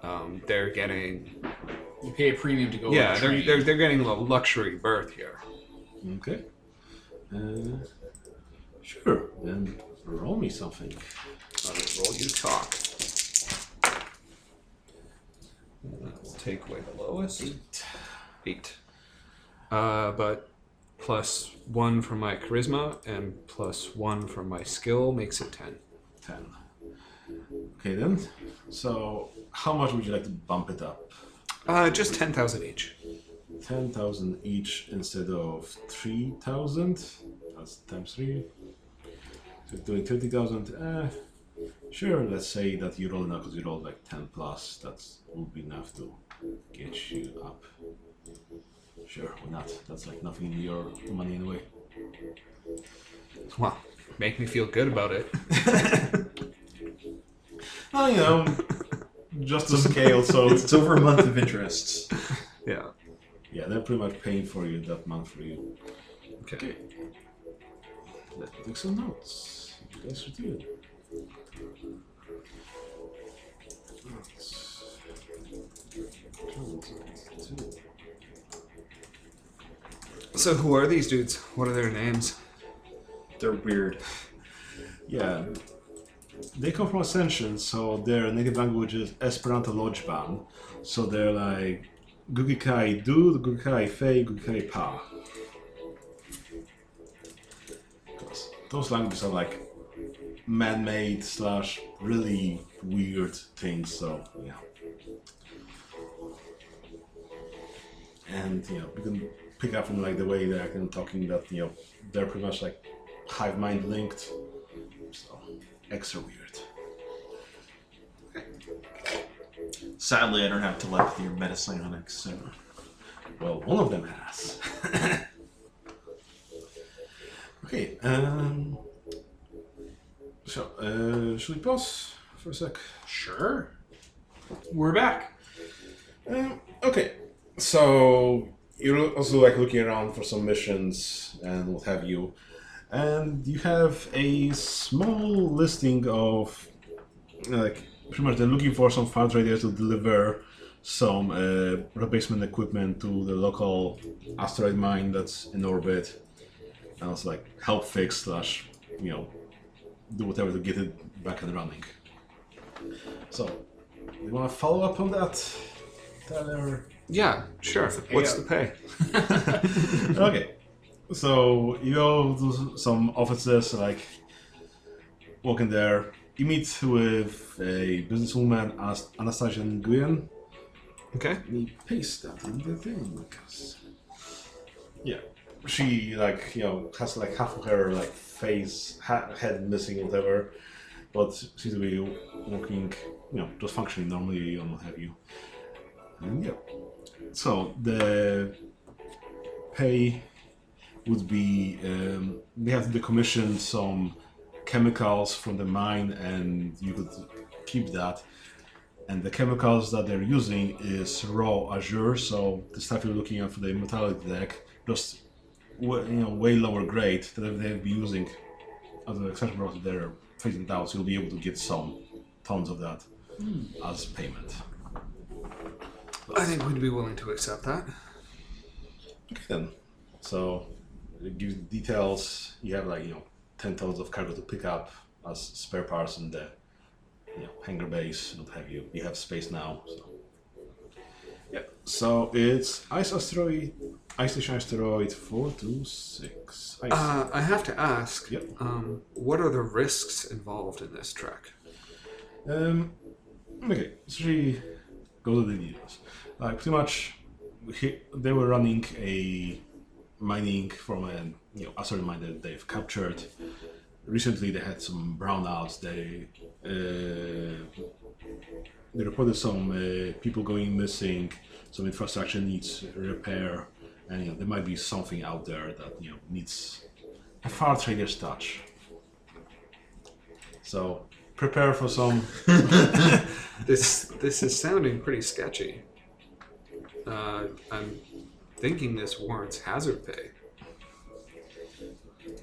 S4: Um, they're getting
S1: You pay a premium to go. on
S4: yeah,
S1: the
S4: they're,
S1: train.
S4: they're they're getting a luxury berth here.
S2: Okay. Uh, sure. Then roll me something.
S4: All right, roll you talk. That will take away the lowest. Eight. Uh, but plus one from my charisma and plus one from my skill makes it ten.
S2: Ten. Okay then. So, how much would you like to bump it up?
S4: Uh, just ten thousand each.
S2: Ten thousand each instead of three thousand. That's times three. So doing thirty thousand. Uh, sure. Let's say that you roll now because you rolled like ten plus. That would be enough to get you up. Sure, why not? That's like nothing in your money anyway.
S4: Well, make me feel good about it.
S2: Well, you know, just the scale. So
S3: (laughs) it's over a month of interest.
S4: (laughs) Yeah.
S2: yeah, they're pretty much paying for you that month for you.
S4: Okay.
S2: Let me take some notes. You guys should do it. Notes.
S4: So who are these dudes? What are their names?
S3: They're weird.
S2: Yeah, they come from Ascension, so their native language is Esperanto Lodgeban. So they're like Gugikai Du, Gugikai Fei, Gugikai Pa. 'Cause Those languages are like man-made slash really weird things. So yeah. And you know, you can pick up from like the way they're acting, talking that you know they're pretty much like hive mind linked. So extra weird.
S3: Sadly, I don't have telepathy or medicionics, so
S2: Well, one of them has. (laughs) okay. Um, so uh, should we pause for a sec?
S1: Sure. We're back.
S2: Um, okay. So you're also like looking around for some missions and what have you, and you have a small listing of like pretty much they're looking for some fund traders to deliver some uh, replacement equipment to the local asteroid mine that's in orbit, and also like help fix slash you know do whatever to get it back and running. So you want to follow up on that? Tyler.
S4: Yeah, sure. What's the pay?
S2: okay. So you go to some offices, like walk in there. You meet with a businesswoman, Anas- Anastasia Nguyen.
S4: Okay.
S2: Let me paste that in the thing because yeah, she like you know has like half of her like face ha- head missing whatever, but seems to be walking you know just functioning normally and what have you. And yeah, so the pay would be um, they have to decommission some chemicals from the mine and you could keep that and the chemicals that they're using is raw azure. So the stuff you're looking at for the metallic deck, just wa- you know, way lower grade that they've been using as an exception rock they're phasing it out. So you'll be able to get some tons of that as payment.
S4: I think we'd be willing to accept that.
S2: Okay then. So it gives details. You have like you know ten tons of cargo to pick up as spare parts in the you know hangar base and what have you. You have space now. So. Yeah. So it's ice asteroid, ice station asteroid four two six. Ice.
S4: Uh, I have to ask,
S2: Yep.
S4: um, what are the risks involved in this trek?
S2: Um, okay, so she goes to the details. Like pretty much, he, they were running a mining from a you know asteroid mine that they've captured. Recently, they had some brownouts. They uh, they reported some uh, people going missing. Some infrastructure needs repair, and you know, there might be something out there that you know needs a far trader's touch. So prepare for some
S4: This this is sounding pretty sketchy. Uh, I'm thinking this warrants hazard pay.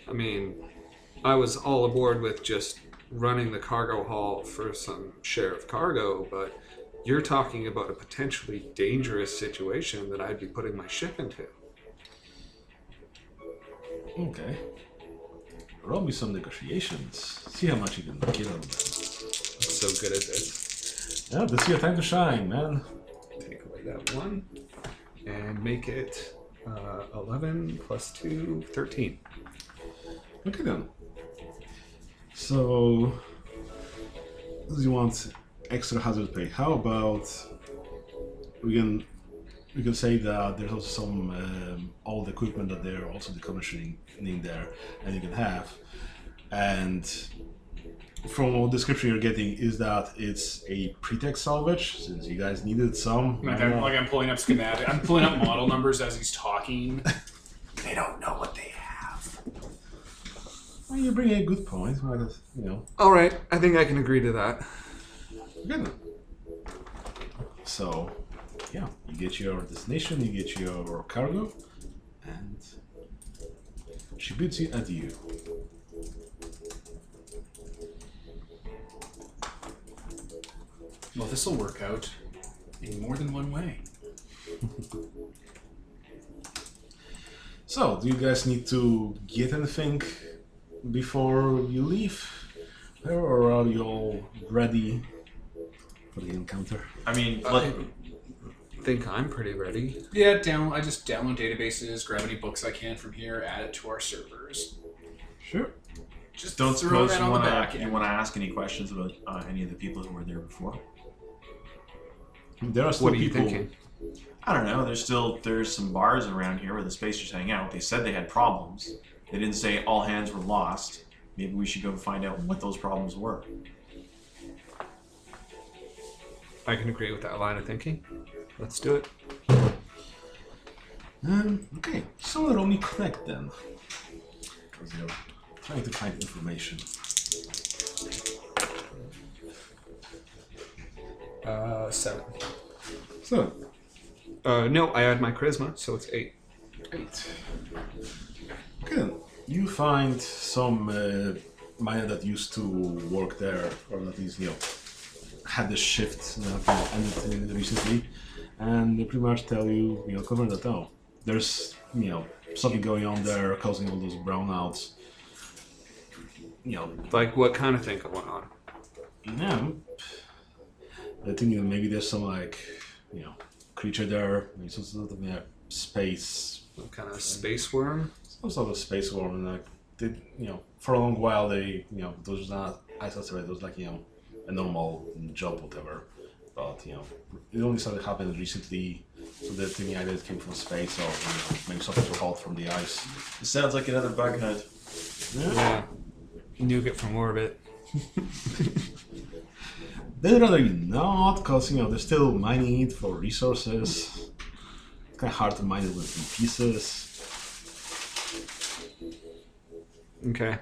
S4: I mean, I was all aboard with just running the cargo haul for some share of cargo, but you're talking about a potentially dangerous situation that I'd be putting my ship into.
S2: Okay. Roll me some negotiations. See how much you can get on them.
S4: I'm so good at this.
S2: Yeah, this is your time to shine, man.
S4: Take away that one and make it uh, 11 plus 2, 13.
S2: Okay then. So, you want extra hazard pay? How about we can we can say that there's also some um, old equipment that they're also decommissioning in there, and you can have. And from what description you're getting is that it's a pretext salvage since you guys needed some.
S7: Like I'm, like I'm pulling up schematic. I'm pulling up model numbers as he's talking.
S2: Well, you bring a good point. Well, that's, you know,
S4: All right, I think I can agree to that.
S2: good. So, yeah, you get your destination, you get your cargo, and she bids you adieu.
S7: Well, this will work out in more than one way.
S2: So, do you guys need to get anything before you leave, or are you all ready for the encounter?
S3: I mean,
S4: I
S7: Uh,
S3: let,
S4: think I'm pretty ready.
S7: Yeah, down. I just download databases, grab any books I can from here, add it to our servers.
S2: Sure.
S7: Just
S3: don't
S7: throw
S3: suppose
S7: that
S3: you
S7: on the
S3: want
S7: back
S3: to
S7: end.
S3: you want to ask any questions about uh, any of the people who were there before.
S2: There are still
S4: What are you
S2: people.
S4: thinking?
S3: I don't know. There's still there's some bars around here where the spacers hang out. They said they had problems. They didn't say all hands were lost. Maybe we should go find out what those problems were.
S4: I can agree with that line of thinking. Let's do it.
S2: Um, okay, so roll me connect then. Because you're trying to find information.
S4: Uh, seven.
S2: So,
S4: Uh, no, I add my charisma, so it's eight.
S2: Eight. Good. You find some uh, miner that used to work there, or at least you know had the shift that you know, ended uh, recently, and they pretty much tell you, you know, cover that out. There's you know something going on there, causing all those brownouts. You know,
S4: Like, what kind of thing going on?
S2: yeah. I think you know, maybe there's some like you know creature there, maybe some sort of yeah, space
S4: What kind of space worm?
S2: some sort of space war and like did you know for a long while they you know it was not ice asteroid it was like you know a normal job whatever but you know it only started happening recently so the thingy ideas came from space or you know, maybe something was hot from the ice
S3: It sounds like another bug hunt.
S4: Yeah. Nougat from orbit.
S2: they'd rather you not because you know they're still mining it for resources it's kind of hard to mine it with in pieces
S4: Okay.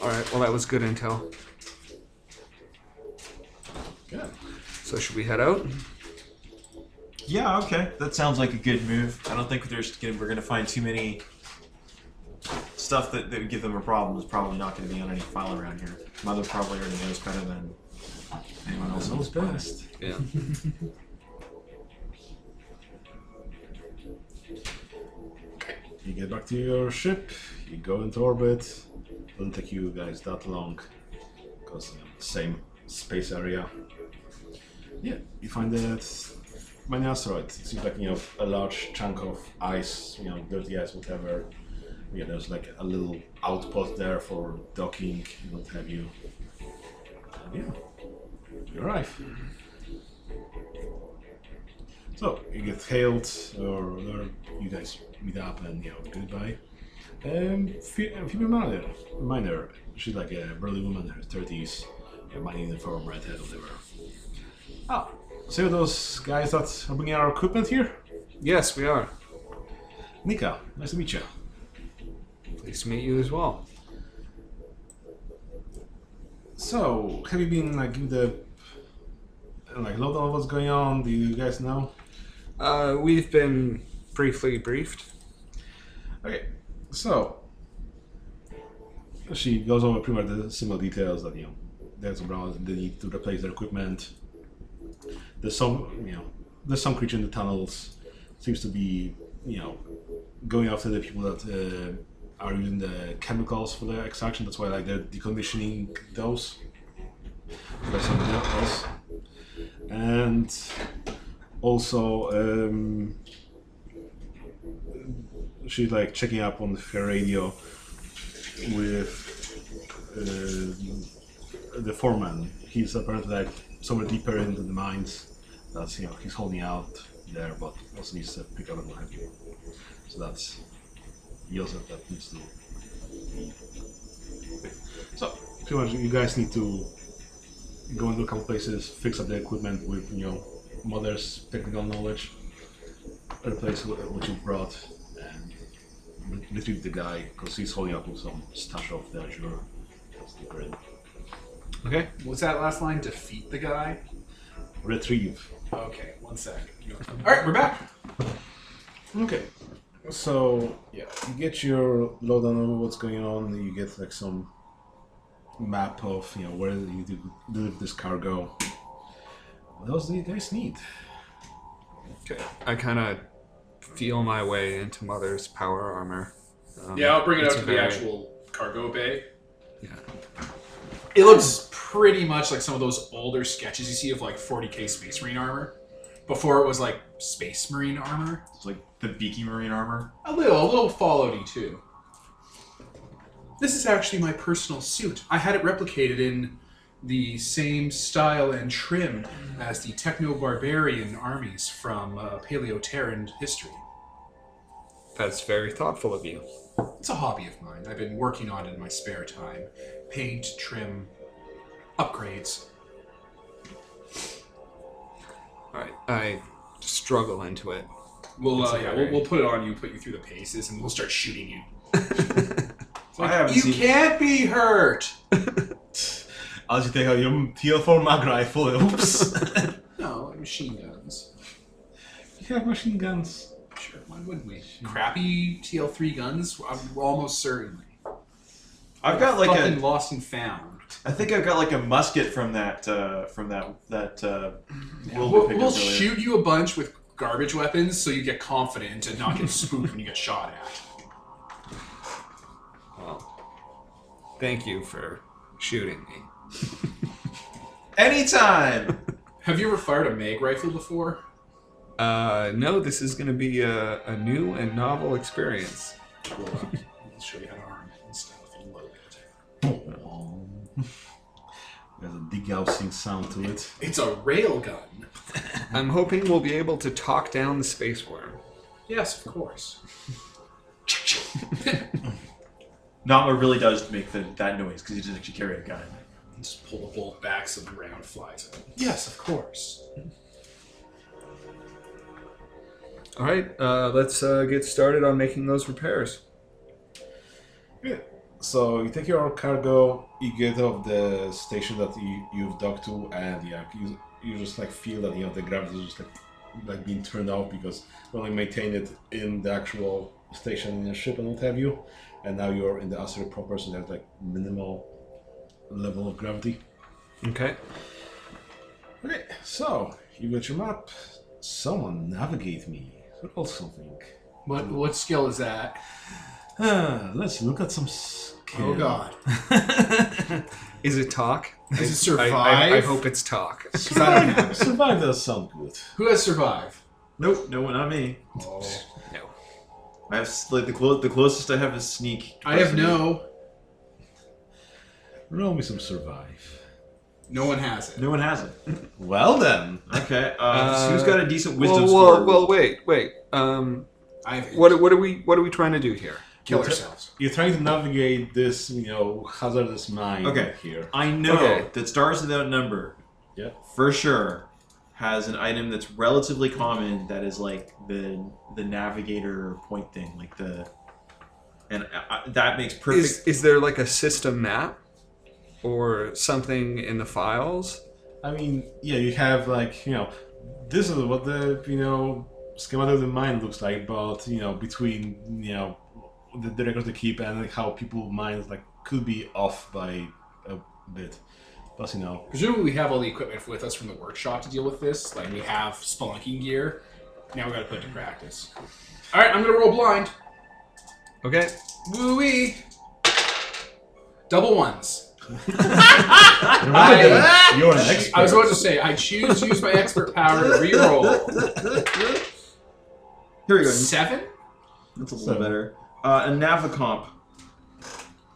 S4: All right. Well, that was good intel. So should we head out?
S3: Yeah, okay. That sounds like a good move. I don't think there's gonna, we're gonna find too many stuff that, that would give them a problem. Is probably not gonna be on any file around here. Mother probably already knows better than anyone else. on this planet.
S4: Yeah.
S2: (laughs) You get back to your ship, you go into orbit. Doesn't take you guys that long, because same space area. Yeah, you find that many asteroid. It seems like you know a large chunk of ice, you know, dirty ice, whatever. Yeah, there's like a little outpost there for docking and what have you. And yeah, you arrive. So you get hailed, or, or you guys meet up, and you know, goodbye. Um, fe- uh, female miner, miner. She's like a burly woman in her thirties, mining for redhead, whatever. Ah, so you're those guys that are bringing our equipment here.
S4: Yes, we are.
S2: Nika, nice to meet you.
S4: Pleased to meet you as well.
S2: So, have you been like give the like load on what's going on? Do you guys know?
S4: Uh, we've been briefly briefed.
S2: Okay, so she goes over pretty much the similar details that you know there's a problem. They need to replace their equipment. There's some you know there's some creature in the tunnels seems to be you know going after the people that uh, are using the chemicals for the extraction. That's why like they're deconditioning those by something else, and also. Um, she's like checking up on her radio with uh, the foreman. He's apparently like somewhere deeper into the mines. That's you know he's holding out there, but also needs to pick up and what have you. So that's Joseph that needs to. So pretty much you guys need to go into a couple places, fix up the equipment with you know mother's technical knowledge, replace what, what you brought, and retrieve the guy because he's holding up with some stash of the Azure. That's the grid.
S4: Okay.
S1: Was that last line defeat the guy?
S2: Retrieve.
S1: Okay, one sec. All right, we're back.
S2: Okay. So yeah, you get your load on over what's going on. You get like some map of you know where you need to deliver this cargo. What else do you guys need?
S4: Okay. I kind of feel my way into Mother's power armor. Um,
S7: Yeah, I'll bring it
S4: it's
S7: up to the
S4: very-
S7: actual cargo bay.
S4: Yeah.
S7: It looks pretty much like some of those older sketches you see of like 40k Space Marine armor. Before it was like Space Marine armor.
S3: It's like the beaky marine armor.
S7: A little, a little Fallouty too.
S1: This is actually my personal suit. I had it replicated in the same style and trim as the techno barbarian armies from uh, Paleo Terran history.
S4: That's very thoughtful of you.
S1: It's a hobby of mine. I've been working on it in my spare time. Paint, trim, upgrades.
S4: All right. I struggle into it.
S7: We'll,
S4: It's
S7: uh,
S4: a
S7: yeah,
S4: very-
S7: we'll, we'll put it on you, put you through the paces, and we'll start shooting you.
S3: (laughs) So I haven't
S1: You
S3: seen.
S1: can't be hurt!
S2: As you take out your TL4 mag rifle,
S3: (laughs)
S2: oops.
S1: No, machine guns.
S2: you have machine guns.
S1: Sure, why wouldn't we? Crappy TL3 guns? I'm almost certainly.
S3: I've got like
S1: Fucking
S3: a.
S1: lost and found.
S3: I think I've got like a musket from that uh, from that that. Uh, Wilbur
S1: We'll,
S3: picked
S1: we'll
S3: up earlier.
S1: shoot you a bunch with garbage weapons so you get confident and not get (laughs) spooked when you get shot at.
S4: Well, thank you for shooting me.
S3: Anytime.
S1: Have you ever fired a mag rifle before?
S4: Uh, no, this is going to be a, a new and novel (laughs) experience.
S1: We'll, uh, (laughs) we'll show you how to arm it and stuff and load it.
S2: (laughs) There's a degaussing sound to it.
S1: It's a rail gun.
S4: I'm hoping we'll be able to talk down the space worm.
S1: Yes, of course.
S3: (laughs)
S1: (laughs)
S3: Nama really does make the, that noise because he doesn't actually carry a gun.
S7: Just pull the bolt back so the round flies out.
S1: Yes, of course.
S4: All right, uh, let's uh, get started on making those repairs.
S2: Yeah. So you take your cargo, you get off the station that you, you've docked to, and yeah, you, you just like feel that you know the gravity is just like like being turned off because you only maintain it in the actual station in the ship and what have you, and now you're in the asteroid proper, so there's like minimal level of gravity.
S4: Okay.
S2: Okay, so you got your map. Someone navigate me. Roll something.
S7: What what skill is that?
S2: Ah, let's look at some skill.
S7: Oh God!
S4: (laughs) Is it talk?
S7: Is it
S4: I,
S7: survive?
S4: I, I hope it's (laughs) talk.
S2: Survive, (laughs) survive does sound good.
S7: Who has survive?
S3: Nope, no, not me.
S7: Oh.
S4: No.
S3: I have s- like the clo- the closest I have is sneak.
S7: I have no.
S2: Roll me some survive.
S7: No one has it.
S3: No one has it.
S2: Well then.
S3: Okay. Uh,
S4: (laughs) Uh,
S3: who's got a decent wisdom
S4: Well,
S3: score?
S4: well, well, wait, wait. Um,
S7: I have it.
S4: what, what are we what are we trying to do here?
S7: Kill ourselves.
S2: You're trying to navigate this, you know, hazardous mine
S3: Okay.
S2: here.
S3: I know
S4: Okay.
S3: that Stars Without Number,
S2: Yeah.
S3: for sure, has an item that's relatively common that is like the the navigator point thing, like the, and I, I- that makes perfect.
S4: Is is there like a system map or something in the files?
S2: I mean, yeah, you have like, you know, this is what the, you know, schematic of the mine looks like, but, you know, between, you know, the, the records they keep and how people minds like could be off by a bit. Plus, you know,
S7: Presumably, we have all the equipment with us from the workshop to deal with this. Like we have spelunking gear. Now we got to put it to practice. All right, I'm gonna roll blind.
S4: Okay.
S7: Woo wee. Double ones.
S2: Remember, you're (laughs) an expert.
S7: I was about to say I choose to use my expert power to
S4: (laughs)
S7: reroll.
S3: Here we go.
S7: Seven.
S3: That's a little
S2: Seven.
S3: better. Uh, a Navicomp.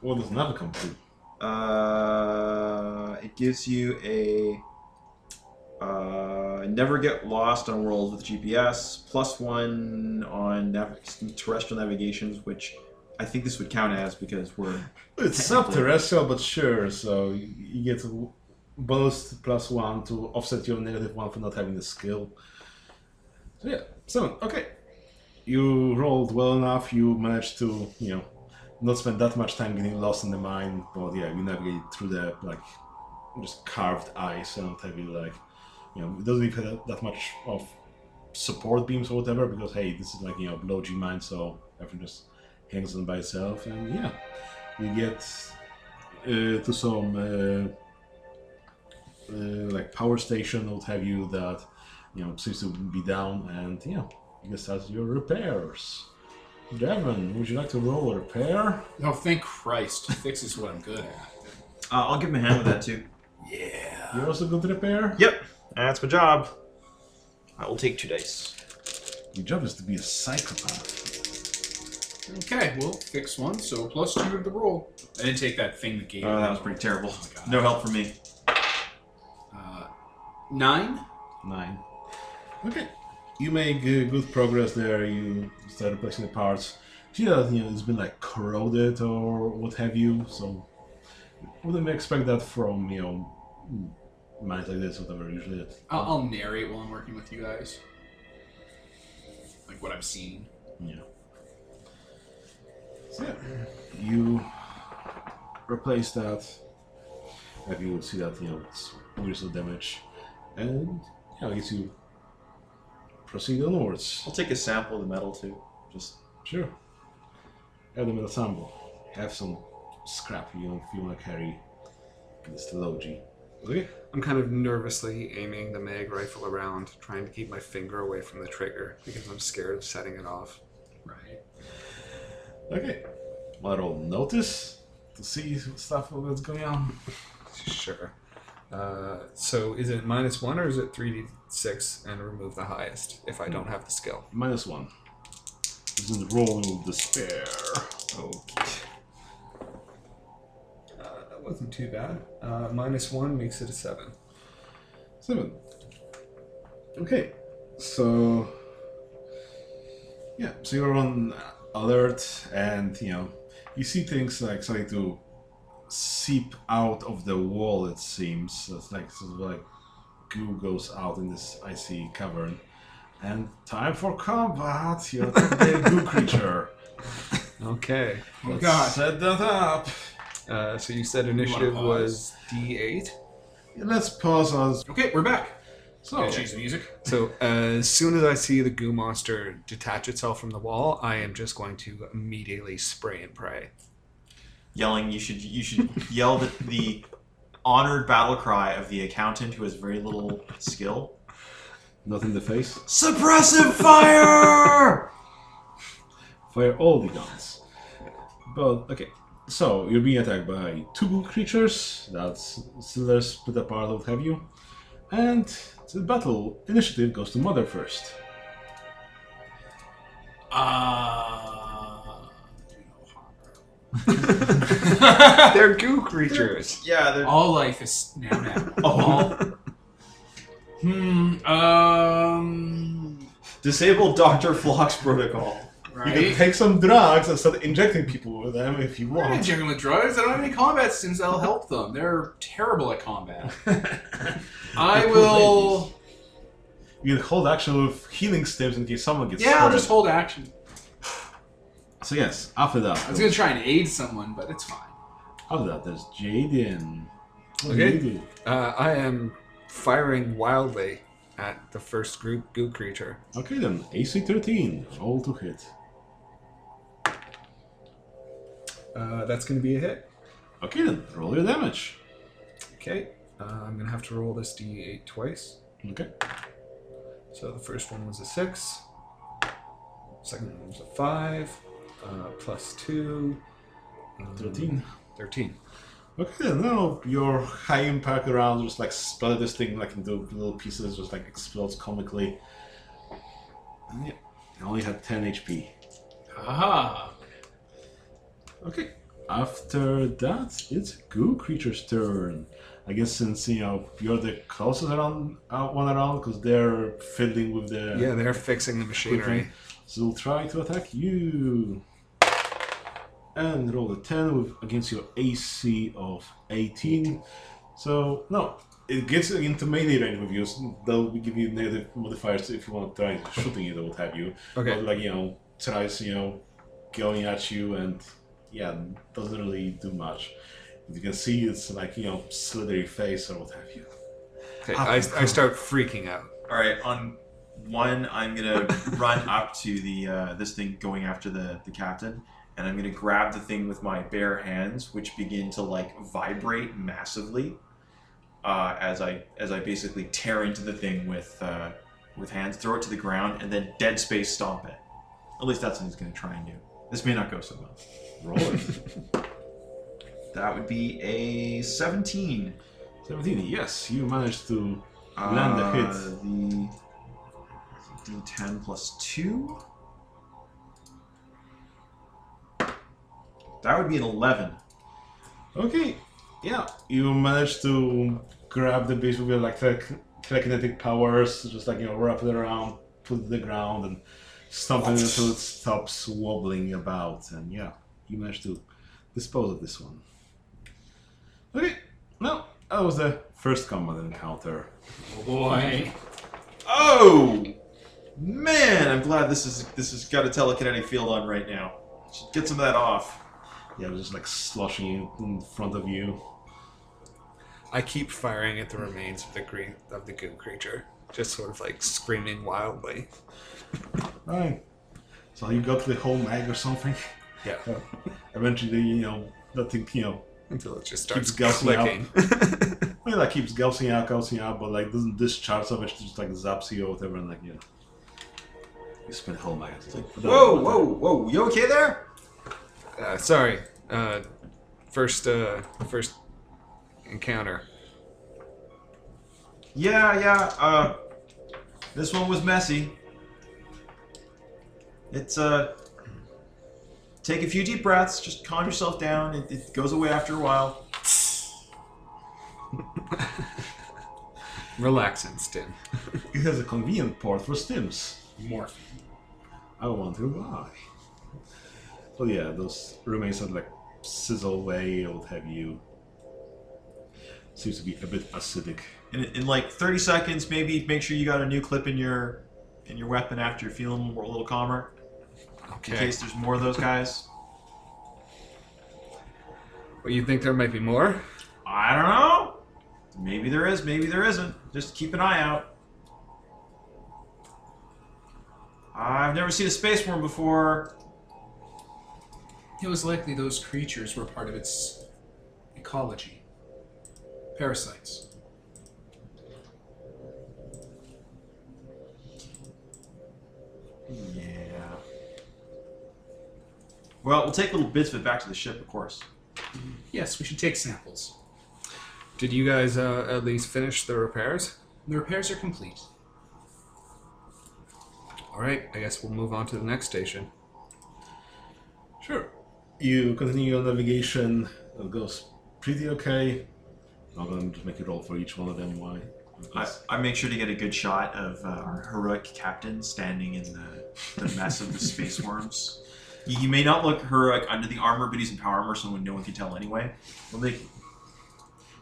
S2: What does Navicom do?
S3: Uh, it gives you a uh, never get lost on worlds with GPS, plus one on nav- terrestrial navigations, which I think this would count as because we're uh,
S2: It's subterrestrial, but sure. So you- you get w- bonus plus one to offset your negative one for not having the skill. So yeah, seven. Okay, you rolled well enough. You managed to you know not spend that much time getting lost in the mine, but yeah, you navigate through the like just carved ice and what have you. Like you know, it doesn't even have that much of support beams or whatever because hey, this is like you know low G mine, so everything just hangs on by itself, and yeah you get uh, to some uh, uh, like power station or what have you that you know seems to be down and yeah you can start your repairs Devon, would you like to roll a repair?
S7: Oh, thank Christ. Fix is what I'm good at.
S3: Uh, I'll give him a hand with that too.
S7: Yeah.
S2: You're also good to repair?
S3: Yep, that's my job. I will take two dice.
S2: Your job is to be a psychopath.
S7: Okay, well, fix one, so plus two to the roll. I didn't take that thing that gave
S3: Oh, that
S4: Uh,
S3: was pretty terrible.
S7: Oh my God.
S3: No help for me.
S7: Uh, nine?
S2: Nine. Okay. You make uh, good progress there. You start replacing the parts. See that you know it's been like corroded or what have you. So wouldn't expect that from you know mines like this, whatever. Usually, it's,
S7: I'll, I'll narrate while I'm working with you guys. Like what I'm seeing.
S2: yeah. So yeah, you replace that. Have you see that you know it's years of damage, and yeah, I guess you proceed onwards.
S3: I'll take a sample of the metal too. Just
S2: Sure. Have them in ensemble. Have some scrap you know, if you want to carry this logi. Okay.
S4: I'm kind of nervously aiming the mag rifle around, trying to keep my finger away from the trigger because I'm scared of setting it off.
S7: Right.
S2: Okay. Well, I'll notice to see stuff that's going on.
S4: Sure. Uh, so is it minus one or is it three d six and remove the highest if I don't have the skill?
S2: Minus one. This is roll of despair.
S4: Okay. Uh, that wasn't too bad. Uh, minus one makes it a seven.
S2: Seven. Okay. So. Yeah, so you're on alert, and you know, you see things like starting to seep out of the wall. It seems it's like sort of like goo goes out in this icy cavern, and time for combat. You're the goo creature.
S4: Okay.
S7: Oh,
S2: Let's
S7: God.
S2: Set that up.
S4: Uh, so you said initiative
S7: pause?
S4: was D8.
S2: Let's pause on
S7: Okay, we're back. So,
S4: Okay.
S7: change the music.
S4: So as soon as I see the goo monster detach itself from the wall, I am just going to immediately spray and pray.
S3: Yelling, you should you should yell the, the honored battle cry of the accountant who has very little skill.
S5: Not in the face.
S3: Suppressive (laughs) fire!
S5: Fire all the guns.
S2: But okay, so you're being attacked by two creatures. That's still split apart, what have you. And the battle initiative goes to Mother first.
S7: Uh,
S4: They're goo creatures.
S3: yeah, they're
S7: all life is now now. All. hmm. Um.
S3: disable Doctor Flock's protocol.
S2: You can
S7: Right.
S2: take some drugs and start injecting people with them if you
S7: I'm not
S2: want.
S7: jiggling with drugs. I don't have any combat sims that'll help them. They're terrible at combat. I
S2: They're poor
S7: will.
S2: (laughs) You can hold action with healing steps in case someone gets
S7: Yeah, I'll
S2: hurt.
S7: just hold action.
S2: So yes, after that,
S7: I was gonna try and aid someone, but it's fine.
S2: after that, there's Jaden. What
S4: Okay.
S2: do you do?
S4: Uh, I am firing wildly at the first group goo creature.
S2: Okay then, AC 13, roll to hit.
S4: Uh, that's going to be a hit.
S2: Okay then, roll your damage.
S4: Okay. Uh, I'm going to have to roll this D8 twice.
S2: Okay.
S4: So the first one was a six. Second one was a five. Uh, plus two. um,
S2: 13.
S4: 13.
S2: Okay, now your high impact around just like splatter this thing like into little pieces, just like explodes comically. And yeah, it only had 10 HP.
S7: Aha.
S2: Okay, after that, it's Goo Creature's turn. I guess since you know you're the closest around uh, one around because they're fiddling with the
S4: Yeah, they're fixing the machinery.
S2: so they'll try to attack you. And roll a 10 with, against your AC of 18. So, no, it gets into melee range with you. So they'll give you negative modifiers if you want to try shooting it or what have you. But,
S4: Okay.
S2: like, you know, tries, you know, going at you and, yeah, doesn't really do much. You can see it's like, you know, slithery face or what have you.
S4: okay. I, I start freaking out.
S3: All right, on one, I'm (laughs) gonna run up to the uh, this thing going after the the captain, and I'm gonna grab the thing with my bare hands, which begin to like vibrate massively, uh, as I as I basically tear into the thing with uh, with hands, throw it to the ground, and then dead space stomp it. At least that's what he's gonna try and do. This may not go so well.
S2: Roll it.
S3: That would be a 17.
S2: 17, yes, you managed to Land the hit.
S3: Uh, The D10 plus two. That would be an eleven.
S2: Okay, yeah, you managed to grab the beast with your like tele- telekinetic powers, just like you know, wrap it around, put it to the ground, and stomp it until it stops wobbling about. And yeah, you managed to dispose of this one. Okay, well, that was the first combat encounter.
S7: Oh boy.
S3: Oh man, I'm glad this is this has got a telekinetic field on right now. Should get some of that off.
S2: Yeah, it was just like sloshing in front of you.
S4: I keep firing at the remains of the green of the goo creature, just sort of like screaming wildly.
S2: Right. So you got the whole mag or something.
S4: Yeah.
S2: (laughs) Eventually, you know, that thing, you know,
S4: Until it just starts
S2: Keeps gassing out.
S4: clicking. (laughs)
S2: Well, that keeps gousing out, gousing out, but like doesn't discharge so much, just like zaps you or whatever, and like yeah. You spend whole magazine. Like,
S3: Whoa, whoa, whoa! You okay there?
S4: uh, sorry. Uh, first uh, first encounter.
S3: Yeah, yeah. Uh, this one was messy. It's uh, take a few deep breaths. Just calm yourself down. It, it goes away after a while.
S4: Relax, Instant.
S2: It has a convenient port for stims.
S7: Morph.
S2: I wonder why. Well, yeah, those remains that like sizzle away or what have you. Seems to be a bit acidic.
S3: in, in like 30 seconds maybe make sure you got a new clip in your in your weapon after you're feeling a little calmer in
S4: Okay.
S3: case there's more of those guys
S4: Well, you think there might be more?
S3: I don't know. Maybe there is, maybe there isn't. Just keep an eye out. I've never seen a space worm before.
S7: It was likely those creatures were part of its ecology. Parasites.
S3: Yeah. Well, we'll take little bits of it back to the ship, of course.
S7: Yes, we should take samples.
S4: Did you guys uh, at least finish the repairs?
S7: The repairs are complete.
S4: All right, I guess we'll move on to the next station.
S2: Sure. You continue your navigation. It goes pretty okay. I'm going to make a roll for each one of them. Why?
S3: I, I make sure to get a good shot of uh, our heroic captain standing in the, the mess (laughs) of the space worms. He, he may not look heroic under the armor, but he's in power armor, so no one can tell anyway. I'll make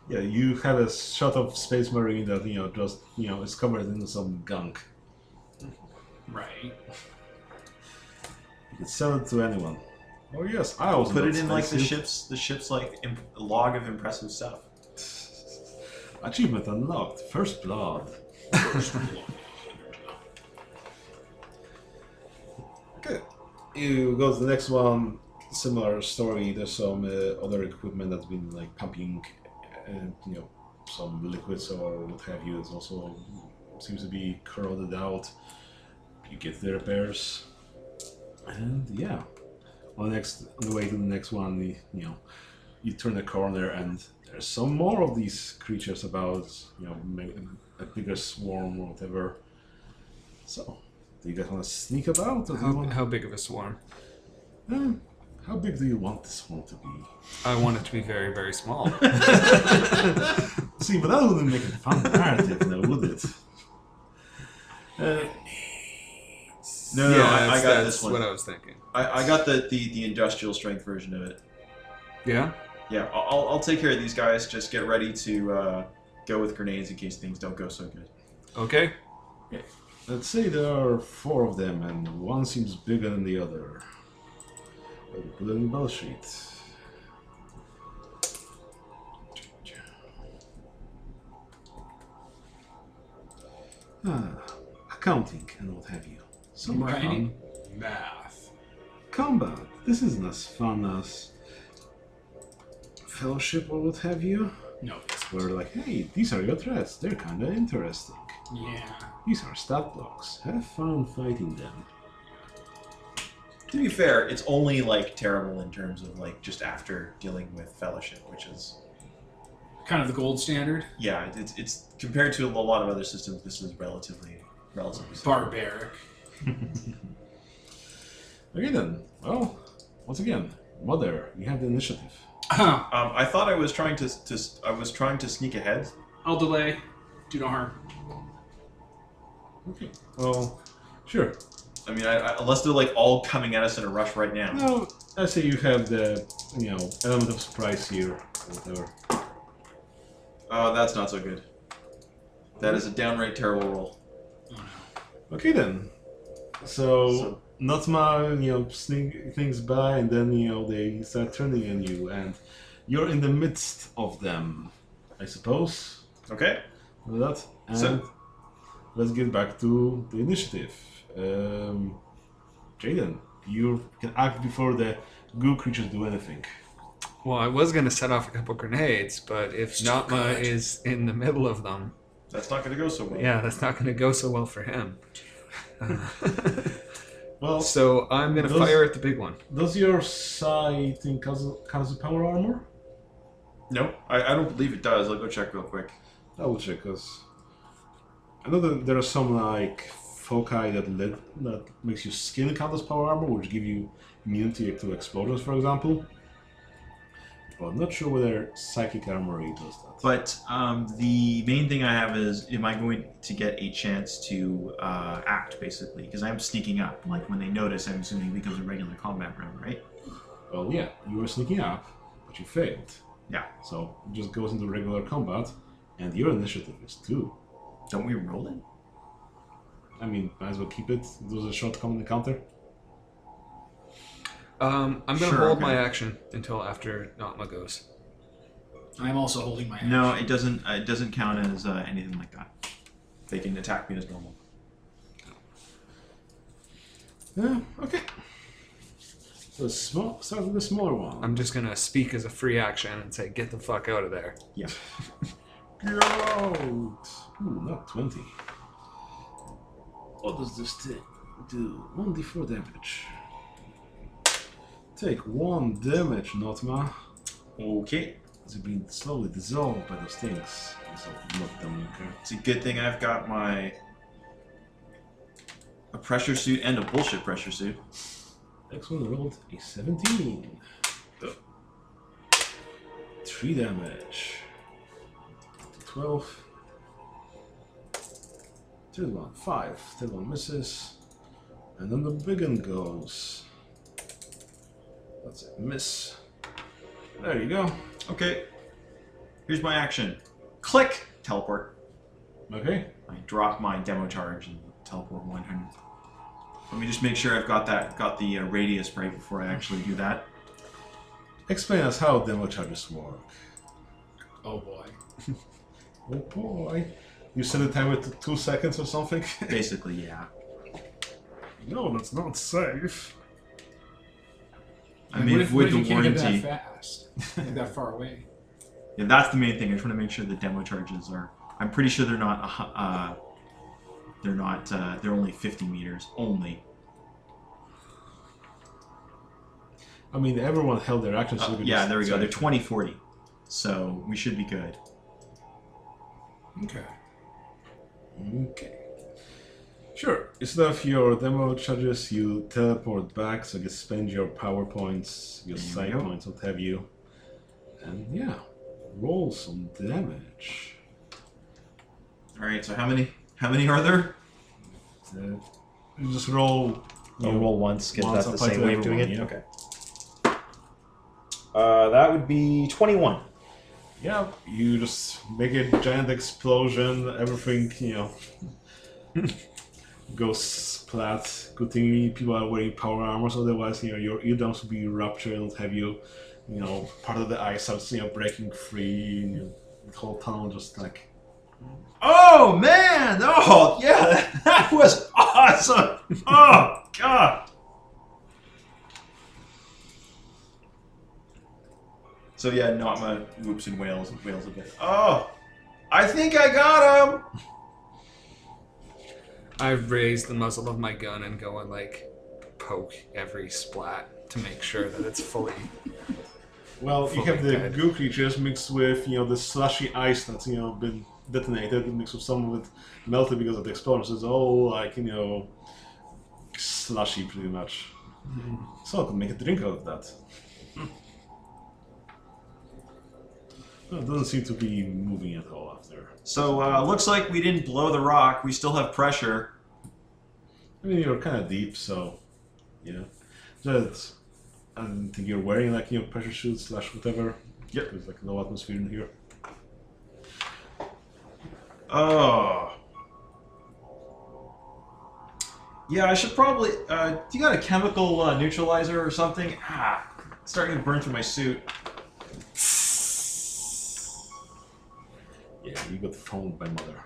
S2: Yeah, you have a shot of space marine that you know just you know is covered in some gunk.
S7: Right.
S2: You can sell it to anyone. Oh yes, I will
S3: put it in like the ship's the ship's like imp- log of impressive stuff.
S2: Achievement unlocked. First blood. Good. You go to the next one. Similar story. There's some uh, other equipment that's been like pumping, uh, you know, some liquids or what have you. It's also seems to be corroded out. You get the repairs, and yeah, on the next on the way to the next one, you, you know, you turn the corner and there's some more of these creatures about. You know, maybe a bigger swarm or whatever. So, do you guys want to sneak about? Or do you
S4: How,
S2: want
S4: how big of a swarm?
S2: Hmm, How big do you want this one to be?
S4: I want it to be very, very
S3: (laughs)
S4: small.
S2: See, but that wouldn't make a fun narrative, now, would it? Uh,
S3: No, no, no, I, I
S4: that's-
S3: got
S4: that's
S3: this one.
S4: what
S3: I,
S4: I was thinking.
S3: I, got the, the the industrial strength version of it.
S4: Yeah?
S3: Yeah, I'll, I'll- I'll take care of these guys. Just get ready to uh, go with grenades in case things don't go so good.
S4: Okay.
S2: let's say there are four of them, and one seems bigger than the other. Let me Put it in the battle sheet. Ah, accounting and what have you. So much
S7: Right.
S2: fun.
S7: Math.
S2: combat. This isn't as fun as fellowship or what have you.
S7: No. it's-
S2: Where like, hey, these are your threats. They're kind of interesting.
S7: Yeah.
S2: These are stat blocks. Have fun fighting them.
S3: To be fair, it's only like terrible in terms of like just after dealing with fellowship, which is
S7: Kind of the gold standard.
S3: yeah, it's it's compared to a lot of other systems, this is relatively relatively. simple.
S7: Barbaric. (clears throat)
S2: Okay then. Well, once again, mother, you have the initiative.
S7: I'll
S3: Um, I thought I was trying to, to I was trying to sneak ahead.
S7: delay. Do no harm.
S2: Okay. Well, sure.
S3: I mean, I, I, unless they're like all coming at us in a rush right now.
S2: No, I say you have the you know element of surprise here. Or whatever.
S3: Oh, that's not so good. That is a downright terrible roll.
S2: Okay then. So,
S3: So-
S2: Notma, you know, sneak things by, and then you know they start turning on you, and you're in the midst of them, I suppose.
S3: Okay.
S2: With that, and
S3: So-
S2: let's get back to the initiative. Um, Jaden, you can act before the goo creatures do anything.
S4: Well, I was going to set off a couple grenades, but if Natma is in the middle of them,
S3: That's not going to go so well.
S4: yeah, that's not going to go so well for him. Uh,
S2: Well,
S4: (laughs) so I'm going to
S2: Those-
S4: fire at the big one.
S2: does your sight in cause power armor?
S3: No, I, I don't believe it does. I'll go check real quick.
S2: Double check, cause I know that there are some like foci that let, that makes your skin count as power armor, which give you immunity to explosions, for example. But I'm not sure whether psychic armor does that.
S3: But um, the main thing I have is, am I going to get a chance to uh, act basically? Because I'm sneaking up. Like when they notice, I'm assuming it becomes a regular combat round, right?
S2: Well, Oh, yeah, you were sneaking up, but you failed.
S3: Yeah.
S2: So it just goes into regular combat, and your initiative is two.
S3: Don't we roll it?
S2: I mean, might as well keep it. It was a short common encounter.
S4: Um, I'm gonna
S3: Sure,
S4: hold
S3: okay.
S4: my action until after Notma goes.
S7: I'm also holding my hand.
S3: No, it doesn't. Uh, it doesn't count as uh, anything like that. They can attack me as normal.
S2: Yeah, okay. So small, start with the smaller one.
S4: I'm just gonna speak as a free action and say, "Get the fuck out of there."
S3: Yeah.
S2: Get out! Ooh, not 20. What does this thing do? 1d4 damage. Take 1 damage, Notma.
S3: Okay.
S2: As you've been slowly dissolved by those things. Dissolved, not down your character.
S3: It's a good thing I've got my a pressure suit and a bullshit pressure suit.
S2: Next one rolled a 17. 3 damage. 12. Third one, 5. Third one misses. And then the big one goes. That's a miss. There you go.
S3: Okay. Here's my action. Click. Teleport.
S2: Okay.
S3: I drop my demo charge and teleport 100. Let me just make sure I've got that. Got the uh, radius right before I actually
S7: (laughs)
S3: do that.
S2: Explain us how demo charges work.
S7: Oh boy.
S2: Oh boy. You set the timer to 2 seconds or something? (laughs)
S3: Basically, yeah.
S2: no, that's not safe.
S3: I
S7: And
S3: mean,
S7: what if, what
S3: with
S7: if
S3: the
S7: you can't
S3: warranty.
S7: get that fast? Like that far away?
S3: Yeah, that's the main thing. I just want to make sure the demo charges are. I'm pretty sure they're not. a hu- Uh, they're not. Uh, they're only 50 meters only.
S2: I mean, everyone held their action.
S3: Uh,
S2: we
S3: yeah,
S2: just-
S3: there we go.
S2: sorry.
S3: They're 20, 40. So we should be good.
S7: Okay.
S2: Okay. Sure. Instead of your demo charges, you teleport back, so you spend your power points, your
S3: There we
S2: side
S3: go.
S2: points, what have you. And yeah, roll some damage.
S3: All right. So how many? How many are there?
S2: Uh, you just roll.
S5: You
S2: you
S5: roll Oh, once, get
S2: once
S5: that the
S2: applied
S5: same
S2: to
S5: way of doing it?
S2: everyone, yeah.
S5: Okay. Uh, that would be 21.
S2: Yeah, you just make a giant explosion. Everything, you know, (laughs) goes splat. Good thing people are wearing power armors. Otherwise, you know, your eardrums would be ruptured and have you, you know, part of the eye starts, you know, breaking free. And you, the whole tunnel just like
S3: Oh man! Oh yeah, (laughs) that was awesome. Oh god. So yeah, not my whoops and wails and wails a bit. Oh, I think I got him.
S4: I raise the muzzle of my gun and go and like poke every splat to make sure that it's fully.
S2: Well, you
S4: Fucking
S2: have the
S4: dead.
S2: goo creatures mixed with you know the slushy ice that's you know been detonated, mixed with some of it melted because of the explosion. So it's all like you know slushy, pretty much. So I could make a drink out of that. Hmm. Well, it doesn't seem to be moving at all after.
S3: So uh, looks like we didn't blow the rock. We still have pressure.
S2: I mean, you're kind of deep, so yeah. That's, I don't think you're wearing like you know pressure suits slash whatever.
S3: Yep.
S2: There's like no atmosphere in here.
S3: Oh. Yeah, I should probably. Uh, do you got a chemical uh, neutralizer or something? Ah, it's starting to burn through my suit.
S2: Yeah, you got phoned by mother.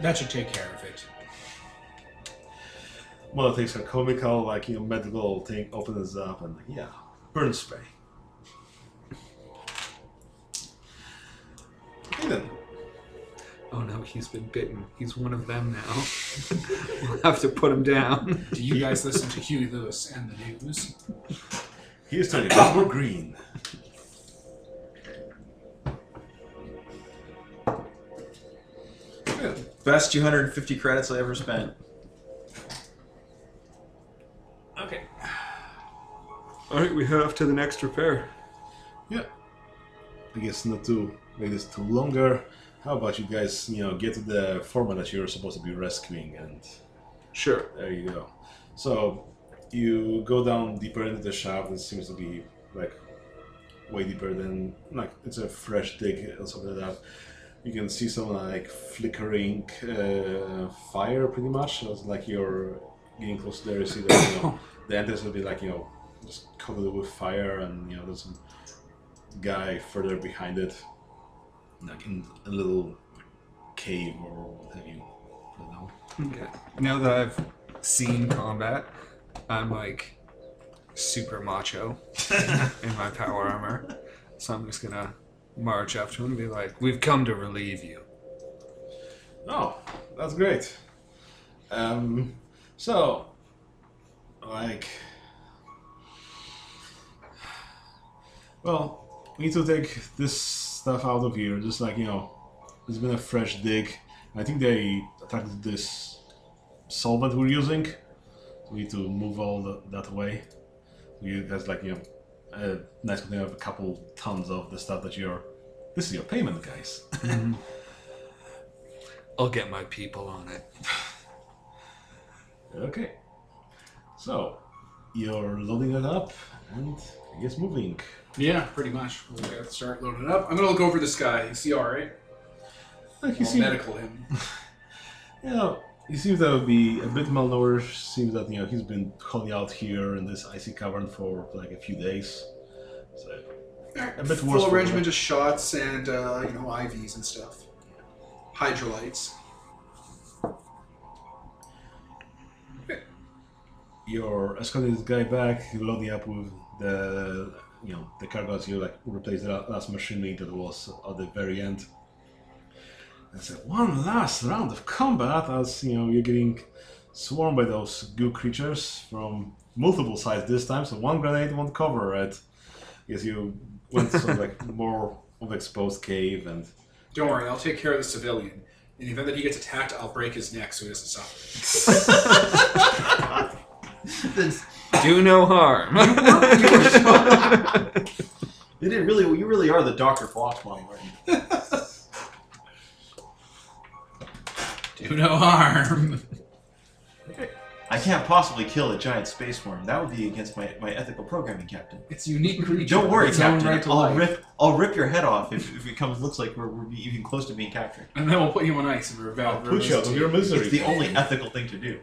S7: That should take care of it.
S2: Mother takes her comical, like, you know, medical thing, opens up, and, like, yeah, burn spray. Okay then.
S4: Oh no, he's been bitten. He's one of them now. (laughs) we'll have to put him down.
S3: (laughs)
S7: Do you guys listen to Huey Lewis and the news?
S2: Here's to Clockwork green.
S3: Best 250 credits I ever spent.
S4: Okay. All right, we head off to the next repair.
S2: Yeah. I guess not to make this too longer. How about you guys, you know, get to the foreman that you're supposed to be rescuing, and
S4: Sure.
S2: there you go. So, you go down deeper into the shaft, and it seems to be, like, way deeper than like it's a fresh dig or something like that. You can see some like flickering uh, fire, pretty much. So it's like you're getting close there. You see that you know, the entrance will be like you know just covered it with fire, and you know there's some guy further behind it, like in a little cave or what have you. I don't know.
S4: Okay. Now that I've seen combat, I'm like super macho (laughs) in my power armor. So I'm just gonna march up to him and be like, We've come to relieve you.
S2: Oh, that's great. Um, so, like, well, we need to take this stuff out of here. Just like you know, it's been a fresh dig. I think they attacked this solvent we're using. We need to move all the, that away. We there's like you know, a nice container of a couple tons of the stuff that you're. This is your payment, guys.
S4: Mm-hmm. (laughs) I'll get my people on it.
S2: Okay. So, you're loading it up and I guess moving.
S1: Yeah, pretty much. We'll get- start loading it up. I'm gonna look over this guy. Is he all right?
S2: Like you
S1: I'll
S2: seem,
S1: medical him.
S2: you know, you seem to be a bit malnourished. Seems that you know he's been holding out here in this icy cavern for like a few days. So,
S1: A
S2: bit worse
S1: Full
S2: for
S1: regiment
S2: her.
S1: of shots and uh, you know IVs and stuff. Hydrolytes.
S2: you're escorting this guy back, loading up with the you know the cargoes. You like replace the la- last machinery that was at the very end. And so one last round of combat as you know you're getting swarmed by those goo creatures from multiple sides this time. So one grenade won't cover it. Yes, you went to some like (laughs) more of exposed cave and
S1: Don't worry, I'll take care of the civilian. In the event that he gets attacked, I'll break his neck so he doesn't (laughs) suffer.
S3: This-
S4: Do no harm. (laughs)
S3: They did really. You really are the Doctor Flossbaum, aren't you?
S7: Do no harm.
S3: I can't possibly kill a giant space worm. That would be against my, my ethical programming, Captain.
S1: It's a unique creature.
S3: Don't worry,
S1: Its own
S3: Captain.
S1: right to
S3: I'll
S1: life.
S3: rip. I'll rip your head off if, if it comes looks like we're, we're even close to being captured.
S7: And then we'll put you on ice and revive.
S2: I'll put you out of your misery.
S3: It's the only ethical thing to do.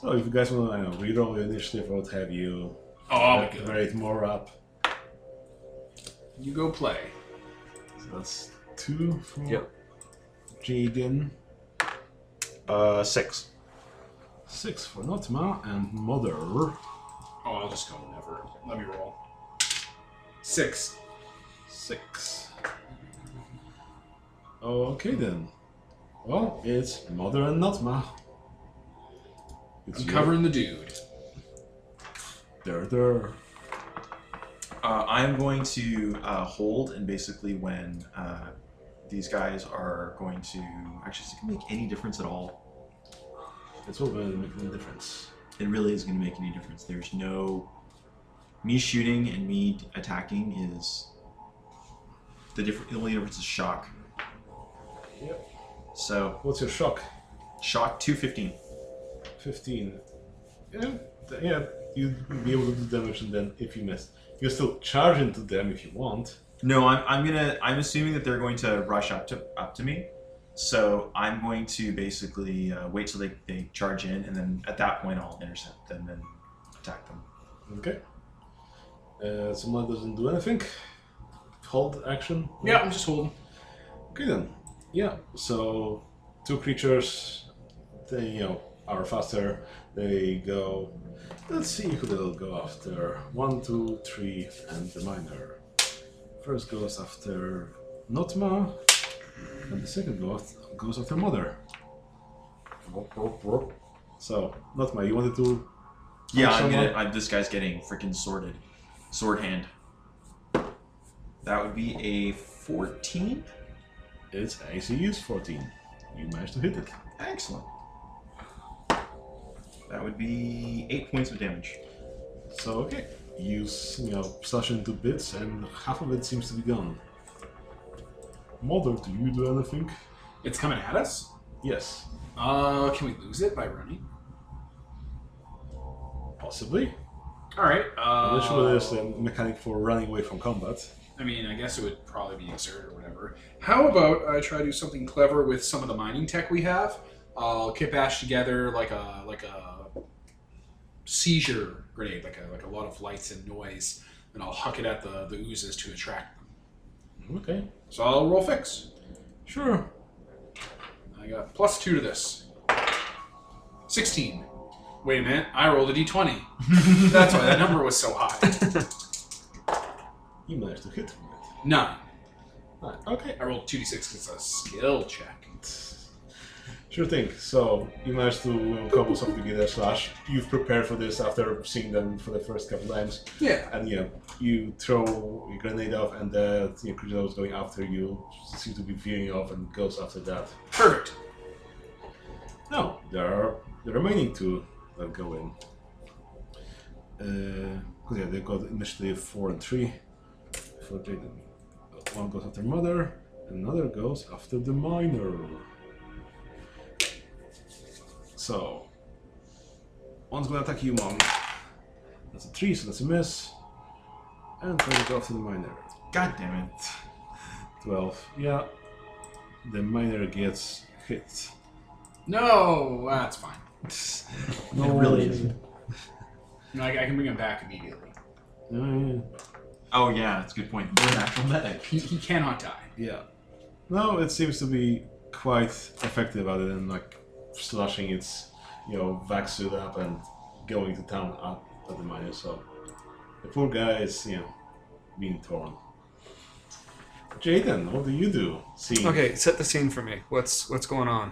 S2: so if you guys want to you know, reroll your initiative or what have you,
S7: Oh, I'm good.
S2: rate more up.
S1: You go play.
S2: So that's two for
S4: Yep.
S2: Jaden,
S3: Uh, six.
S2: six for Notma, and Mother.
S1: Oh, I'll just go never. Let me roll. Six.
S2: Six. Okay then. Well, it's Mother and Notma. It's
S1: I'm
S2: you.
S1: covering the dude.
S2: There, there.
S3: Uh, I'm going to uh, hold and basically when uh, these guys are going to actually is it gonna make any difference at all?
S2: It's all going to make no difference.
S3: it really is going to make any difference. There's no me shooting and me attacking is the different. The only difference is shock.
S2: Yep.
S3: So
S2: What's your shock?
S3: shock two fifteen.
S2: 15. Yeah, th- yeah, you'd be able to do damage and then if you miss. You can still charge into them if you want.
S3: No, I'm, I'm gonna. I'm assuming that they're going to rush up to up to me. So I'm going to basically uh, wait till they, they charge in, and then at that point I'll intercept them and attack them.
S2: Okay. Uh, someone doesn't do anything. Hold action.
S7: Yeah, I'm just holding.
S2: Okay then. Yeah. So two creatures, they you know are faster. They go. Let's see who they'll go after. One, two, three, and the miner. First goes after Notma, and the second goes goes after Mother. So Notma, you wanted to?
S3: Yeah, I'm
S2: Someone-
S3: gonna. I'm, this guy's getting freaking sorted. Sword hand. That would be a 14.
S2: It's ACU's 14. You managed to hit it.
S3: Excellent. That would be eight points of damage.
S2: So okay, you s- you know slash into bits, and half of it seems to be gone. Mother, do you do anything?
S7: It's coming at us.
S2: Yes,
S7: Uh, can we lose it by running?
S2: possibly.
S7: All right.
S2: I'm
S7: Uh,
S2: not sure there's a mechanic for running away from combat.
S7: I mean, I guess it would probably be exert or whatever. How about I try to do something clever with some of the mining tech we have? I'll kitbash together like a like a seizure grenade, like a like a lot of lights and noise, and I'll huck it at the the oozes to attract them.
S2: Okay.
S7: So I'll roll fix.
S2: Sure.
S7: I got plus two to this. Sixteen. Wait a minute, I rolled a d20. That's why that number was so high.
S2: You managed to hit from it.
S7: Nine.
S2: Ah, okay.
S7: I rolled two d6 because it's a skill check.
S2: Sure thing. So you managed to couple something together. Slash, you've prepared for this after seeing them for the first couple times,
S7: Yeah.
S2: and you know, you throw your grenade off, and the you know, creature that was going after you seems to be veering off and goes after that.
S7: Perfect.
S2: No, there are the remaining two that go in. Uh, 'cause, yeah, they got initiative four and three for Jaden. One goes after mother, another goes after the minor. So, one's gonna attack you, mom. That's a three, so that's a miss. And then go after the minor.
S3: God damn it.
S2: 12. Yeah. The minor gets hit. (laughs)
S7: No, that's fine.
S2: No,
S3: really isn't.
S7: No, I, I can bring him back immediately.
S2: Yeah, yeah.
S3: Oh yeah, that's a good point. You're an actual medic.
S7: He, he cannot die.
S2: Yeah. No, it seems to be quite effective other than like slushing its, you know, vac suit up and going to town at, at the miner. So the poor guy is, you know, being torn. Jaden, what do you do? See,
S4: Okay, set the scene for me. What's what's going on?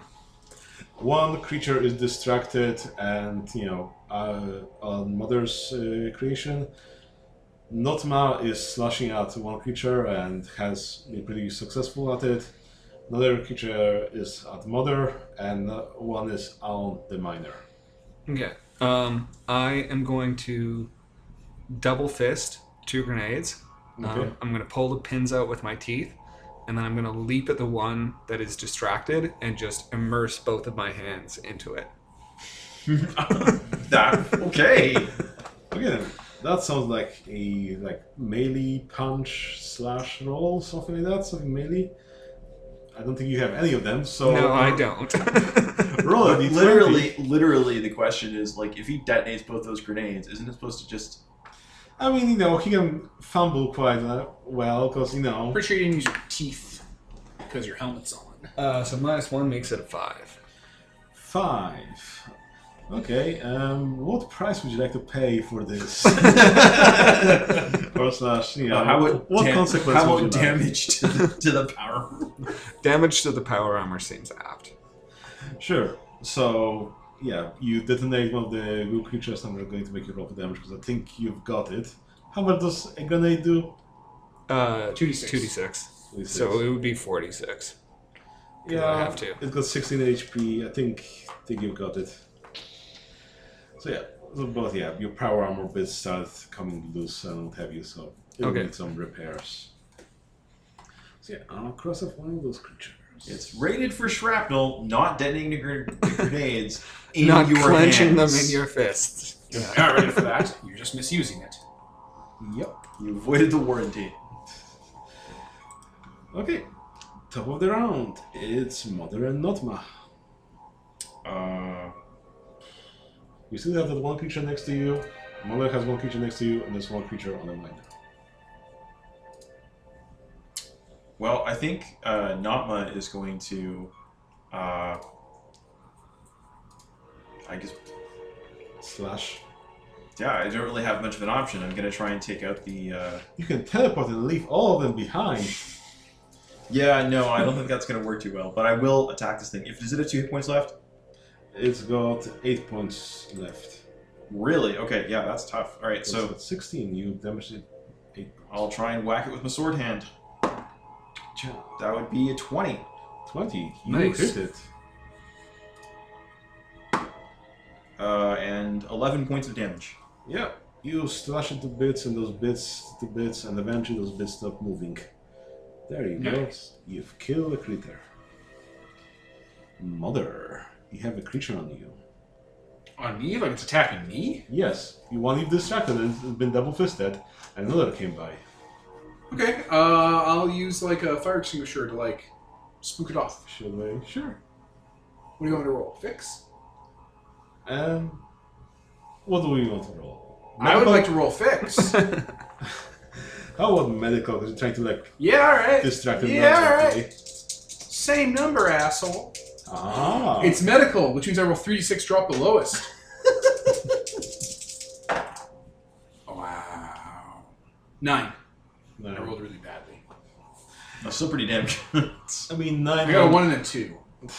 S2: one creature is distracted and, you know, uh, on Mother's uh, creation, Notma is slashing at one creature and has been pretty successful at it. Another creature is at Mother, and uh, one is on the Miner.
S4: Okay. Um, I am going to double fist two grenades.
S2: Okay.
S4: Um, I'm going to pull the pins out with my teeth, and then I'm going to leap at the one that is distracted and just immerse both of my hands into it.
S3: (laughs) That, (laughs) okay.
S2: Okay, then. that sounds like a like melee punch slash roll, something like that, something melee. I don't think you have any of them, so uh,
S4: no, I
S2: (laughs)
S4: don't.
S2: roll a d20.
S3: (laughs) literally, literally, the question is like, if he detonates both those grenades, isn't it supposed to just? uh,
S2: I mean, you know, he can fumble quite uh, well because you know.
S7: Pretty sure you didn't use your teeth because your helmet's on.
S4: uh, so minus one makes it
S2: (laughs)
S4: a five.
S2: Five. Okay. Um, what price would you like to pay for this? (laughs) or slash, you know,
S3: Uh, how about
S2: what
S3: dam-
S2: consequences?
S3: How
S2: would
S3: about
S2: you like?
S3: damage to the, to the power?
S4: Damage to the power armor seems apt.
S2: Sure. So yeah, you detonate one of the blue creatures, and we're going to make you roll for damage because I think you've got it. How much does a grenade do?
S4: Uh,
S7: 2d6.
S4: 2d6.
S2: This
S4: So
S2: is-
S4: it would be 46.
S2: yeah,
S4: I have to.
S2: It got 16 HP. I think think you've got it. So yeah, so both yeah, your power armor bits start coming loose and what have you. So it'll
S4: Okay.
S2: need some repairs. So yeah, I'll cross off one of those creatures.
S3: It's rated for shrapnel, not detonating the gr-
S4: (laughs)
S3: the grenades in
S4: Not
S3: your
S4: clenching
S3: hands.
S4: them in your fists.
S7: You're not ready for that. You're just misusing it.
S2: Yep.
S3: You avoided the warranty.
S2: Okay. Top of the round. It's Mother and Notma.
S3: Uh,
S2: You still have that one creature next to you. Mother has one creature next to you, and there's one creature on the miner.
S3: well, I think uh, Notma is going to, uh, I guess,
S2: Slash.
S3: yeah. I don't really have much of an option. I'm gonna try and take out the. Uh,
S2: You can teleport and leave all of them behind.
S3: yeah, no, I don't think that's gonna work too well. But I will attack this thing. If is it have two hit points left?
S2: It's got eight points left.
S3: Really? Okay, yeah, that's tough. All right,
S2: So it's
S3: so
S2: got sixteen. You damaged it eight.
S3: I'll try and whack it with my sword hand.
S2: points.
S3: That would be a twenty.
S2: Twenty. You
S4: Nice.
S2: hit it.
S3: Uh, and 11 points of damage.
S2: Yeah. You slash it to bits, and those bits to bits, and eventually those bits stop moving. There you
S7: Nice.
S2: go. You've killed a creature. Mother, you have a creature on you.
S7: On me? Like it's attacking me?
S2: Yes, you want to be distracted and it's been double fisted, and another came by.
S7: Okay, uh, I'll use like a fire extinguisher to like spook it off.
S2: Should I? Sure.
S1: What do you want me to roll? Fix?
S2: Um, what do we want to roll?
S1: I would
S2: Medical?
S1: like to roll (laughs) fix.
S2: How about medical? Because you're trying to like
S1: yeah, all right.
S2: distract him.
S1: Yeah,
S2: mentally.
S1: Same number, asshole.
S2: Ah,
S1: It's medical, which means I roll 3d6, drop the lowest. (laughs) wow. Nine. I
S2: No.
S1: rolled really badly.
S3: That's still pretty damn good.
S2: I mean, nine.
S1: I got a
S2: on-
S1: one (laughs) and a two. And a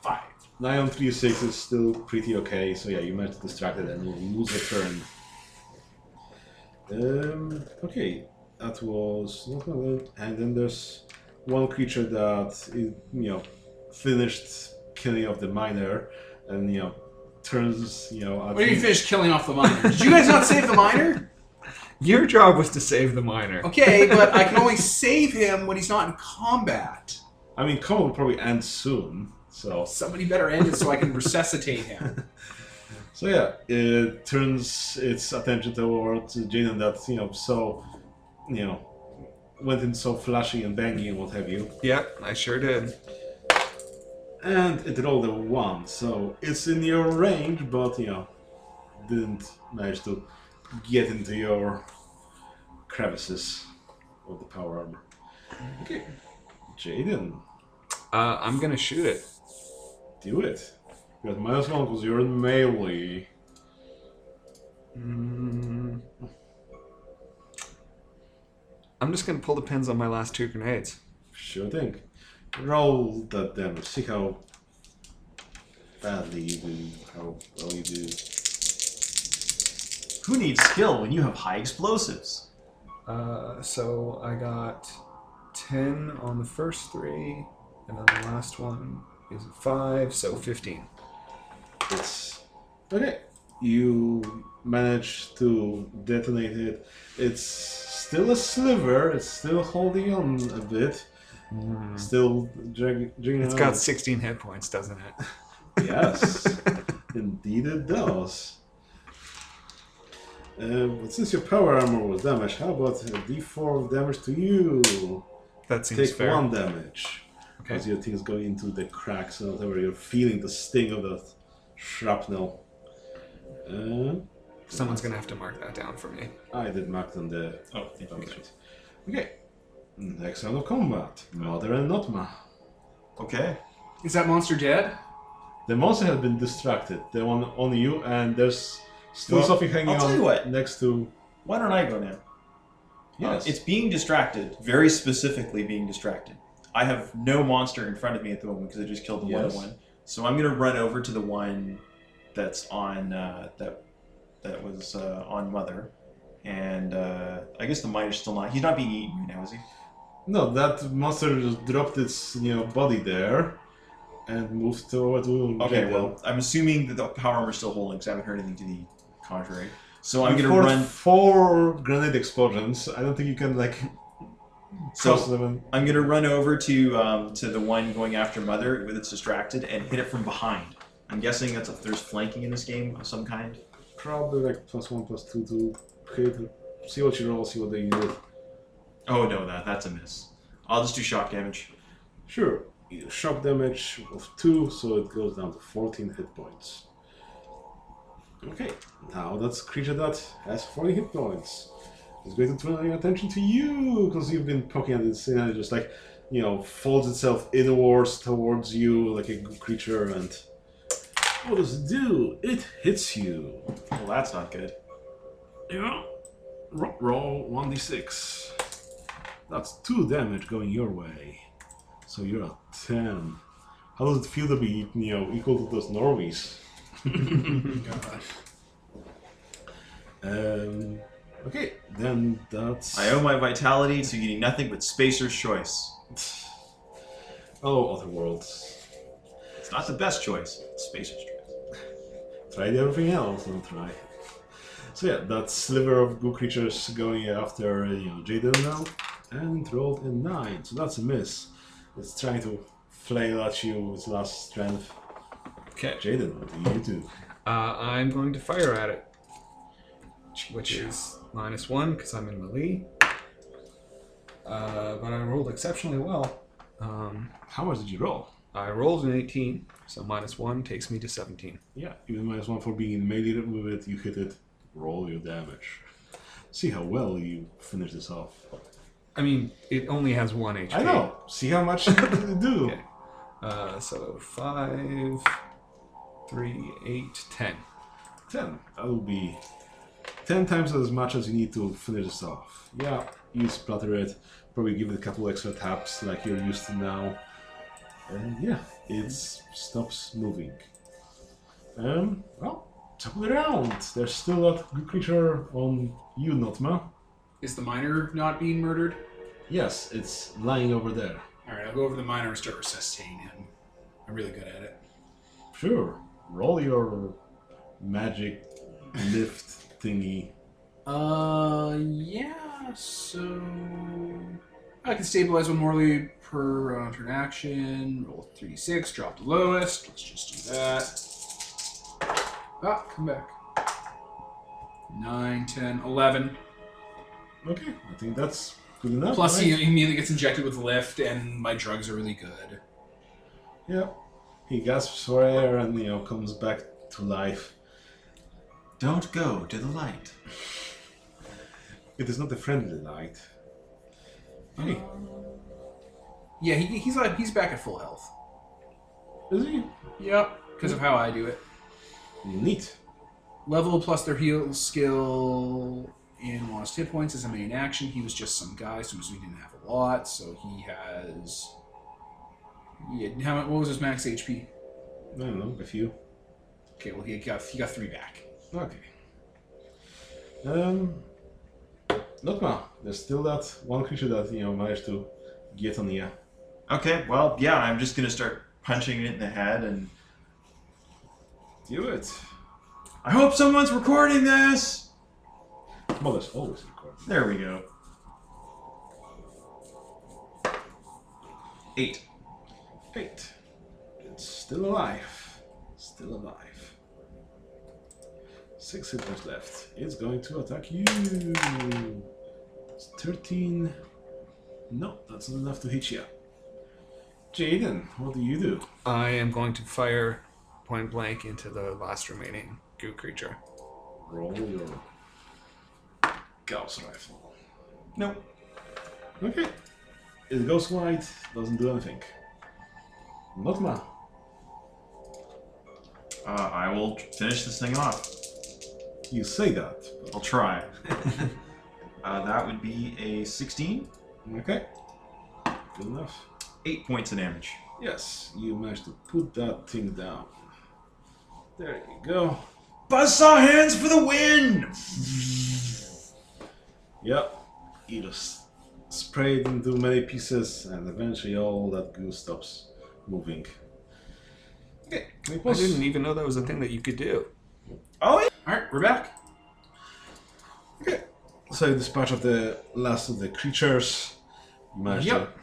S1: five.
S2: Nine on three six is still pretty okay. So yeah, you managed to distract it and we'll lose a turn. Um. Okay, that was not not good. And then there's one creature that i- you know finished killing of the miner, and you know turns you know. At
S1: What do you
S2: the-
S1: finish killing off the miner? Did you guys not save the miner?
S4: Your job was to save the miner.
S1: Okay, but I can only save him when he's not in combat.
S2: I mean, combat will probably end soon. So
S1: Somebody better end it so I can resuscitate him.
S2: So yeah, it turns its attention towards Jaden that you know so, you know, went in so flashy and bangy and what have you,
S4: Yep, I sure did.
S2: and it rolled a one, so it's in your range, but you know, didn't manage to get into your crevices of the power armor. Okay, Jaden,
S4: Uh, I'm gonna shoot it.
S2: do it. You got minus one because you're in melee.
S4: Mm. I'm just gonna pull the pins on my last two grenades.
S2: Sure thing. Roll that damage. See how badly you do. How well you do.
S3: (laughs) Who needs skill when you have high explosives?
S4: Uh, so I got 10 on the first three, and then the last one is 5, so 15.
S2: It's okay. You manage to detonate it. It's still a sliver. It's still holding on a bit. Still dragging. dragging
S4: Hmm. It's
S2: on.
S4: got 16 hit points, doesn't (laughs) it? (laughs)
S2: Yes, indeed it does. Uh, but since your power armor was damaged, how about a d4 of damage to you?
S4: That seems
S2: Take
S4: fair.
S2: one damage.
S4: Okay.
S2: As your things go into the cracks and whatever, you're feeling the sting of that shrapnel. Uh,
S4: Someone's gonna have to mark that down for me.
S2: I did mark on the.
S3: Oh, thank you.
S2: Okay. okay. Next round of combat. Mother and Notma.
S3: Okay.
S1: Is that monster dead?
S2: The monster has been distracted. The one on you, and there's still
S3: Well,
S2: something hanging
S3: I'll tell
S2: on
S3: you what.
S2: next to.
S3: Um, Why don't I go now?
S2: Yes.
S3: Uh, it's being distracted, very specifically being distracted. I have no monster in front of me at the moment because I just killed the
S2: Yes.
S3: one one. So I'm gonna run over to the one that's on uh, that that was uh, on Mother, and uh, I guess the miner's still not. He's not being eaten right now, is he?
S2: No, that monster just dropped its you know body there, and moved toward.
S3: Okay. Well, I'm assuming that the power armor's still holding because I haven't heard anything to the contrary. So I'm
S2: You
S3: gonna
S2: forced
S3: run.
S2: four grenade explosions. I don't think you can like
S3: So
S2: cross them. And...
S3: I'm gonna run over to um, to the one going after Mother with its distracted and hit it from behind. I'm guessing that's if there's flanking in this game of some kind.
S2: Probably like plus one, plus two to hit. See what you roll. See what they do.
S3: Oh no, that that's a miss. I'll just do shock damage.
S2: Sure. You shock damage of two, so it goes down to fourteen hit points. Okay. Now that's creature that has forty hit points. It's going to turn your attention to you because you've been poking at it, and it just like you know folds itself inwards towards you like a good creature. And what does it do? It hits you.
S3: Well, that's not good.
S2: Yeah. Ro- roll 1d6. That's 2 damage going your way. So you're at 10. How does it feel to be, you know, equal to those Norwegians? um, okay, then that's.
S3: I owe my vitality to getting nothing but Spacer's Choice.
S2: Oh, other worlds.
S3: It's not the best choice. It's Spacer's Choice.
S2: Tried everything else, don't try. So yeah, that sliver of good creatures going after you know Jaden now, and it rolled a nine, so that's a miss. It's trying to flail at you with last strength.
S4: Okay.
S2: Jaden, what do you do?
S4: Uh, I'm going to fire at it, which is minus one because I'm in melee. Uh, but I rolled exceptionally well. Um,
S2: How much did you roll?
S4: I rolled an 18, so minus one takes me to 17.
S2: Yeah, even minus one for being in melee with it, you hit it. Roll your damage. See how well you finish this off.
S4: I mean, it only has one HP.
S2: I know. See how much (laughs) you do.
S4: Okay. Uh, so five, three, eight, ten.
S2: Ten. That will be ten times as much as you need to finish this off. Yeah, you splatter it. Probably give it a couple extra taps like you're used to now. And yeah, it stops moving. Um, well, top of the round. There's still that good creature on you, Notma.
S1: Is the miner not being murdered?
S2: Yes, it's lying over there.
S1: All right, I'll go over to the miner and start resuscitating him. I'm really good at it.
S2: Sure. Roll your magic lift thingy.
S1: Uh, yeah. So I can stabilize one morally per uh, turn action. Roll three d six. Drop the lowest. Let's just do that. Ah, come back. 9, 10, 11.
S2: Okay, I think that's good enough.
S1: Plus,
S2: right?
S1: he immediately gets injected with lift, and my drugs are really good.
S2: Yeah. He gasps for air and you know comes back to life.
S3: Don't go to the light.
S2: It is not a friendly light. Hey,
S1: Yeah, he, he's like he's back at full health.
S2: is he?
S1: Yep, because of how I do it.
S2: Neat.
S1: Level plus their heal skill in lost hit points is a main action. He was just some guy, so he didn't have a lot. So he has. Yeah, how, mu- what was his max HP?
S2: I don't know, a few.
S1: Okay, well he got he got three back.
S2: Okay. Um Notma, there's still that one creature that you know managed to get on you.
S3: Okay, well, yeah, I'm just gonna start punching it in the head, and
S2: Do it.
S3: I hope someone's recording this.
S2: Mother's always recording.
S3: There we go. Eight.
S2: Eight. It's still alive. Still alive. Six hit points left. It's going to attack you. It's 13. No, that's not enough to hit you. Jaden, what do you do?
S4: I am going to fire point blank into the last remaining goo creature.
S2: Roll your Gauss rifle.
S3: Nope.
S2: Okay. It goes wide, doesn't do anything. Notma.
S3: Uh, I will finish this thing off.
S2: You say that.
S3: I'll try. uh, that would be a 16,
S2: but- Okay. Good enough.
S3: eight points of damage.
S2: Yes, you managed to put that thing down. There you go.
S3: Buzzsaw hands for the win!
S2: Yep, it was sprayed into many pieces, and eventually all that goo stops moving. Okay, it
S4: I
S2: was-
S4: didn't even know that was a thing that you could do.
S3: Oh, yeah.
S1: All right, we're back.
S2: So you dispatch of the last of the creatures. You managed
S1: Yep.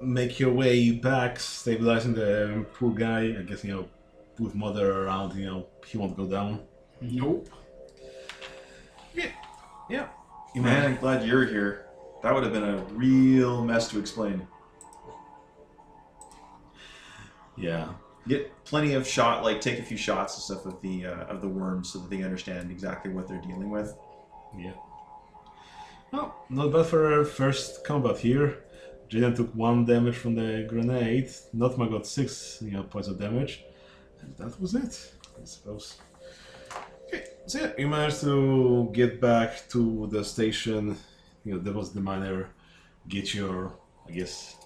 S2: to make your way back, stabilizing the poor guy. I guess you know, put mother around. You know, he won't go down.
S1: Nope.
S3: Man, I'm glad you're here. That would have been a real mess to explain.
S2: Yeah.
S3: Get plenty of shot, like take a few shots and stuff of the uh, of the worms so that they understand exactly what they're dealing with.
S2: Yeah. Well, not bad for our first combat here. Jaden took one damage from the grenade. Notma got six you know, points of damage, and that was it, I suppose. Okay, so yeah, you managed to get back to the station. You know, that was the miner. Get your, I guess,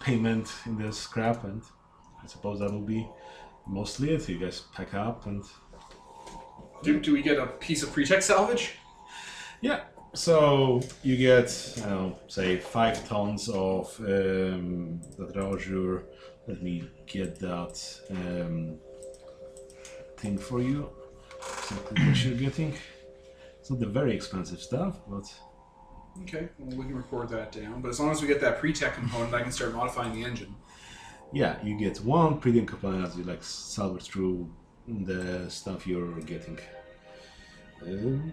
S2: payment in the scrap, and I suppose that will be mostly it. You guys pack up and
S1: Do, do we get a piece of pre-tech salvage?
S2: Yeah. So you get, I don't know, say five tons of um, that Raujur. Let me get that um, thing for you. Exactly what you're getting. It's not the very expensive stuff, but
S1: Okay, well, we can record that down. But as long as we get that pre-tech component, I can start modifying the engine.
S2: yeah, you get one premium component as you like salvage through the stuff you're getting. Um,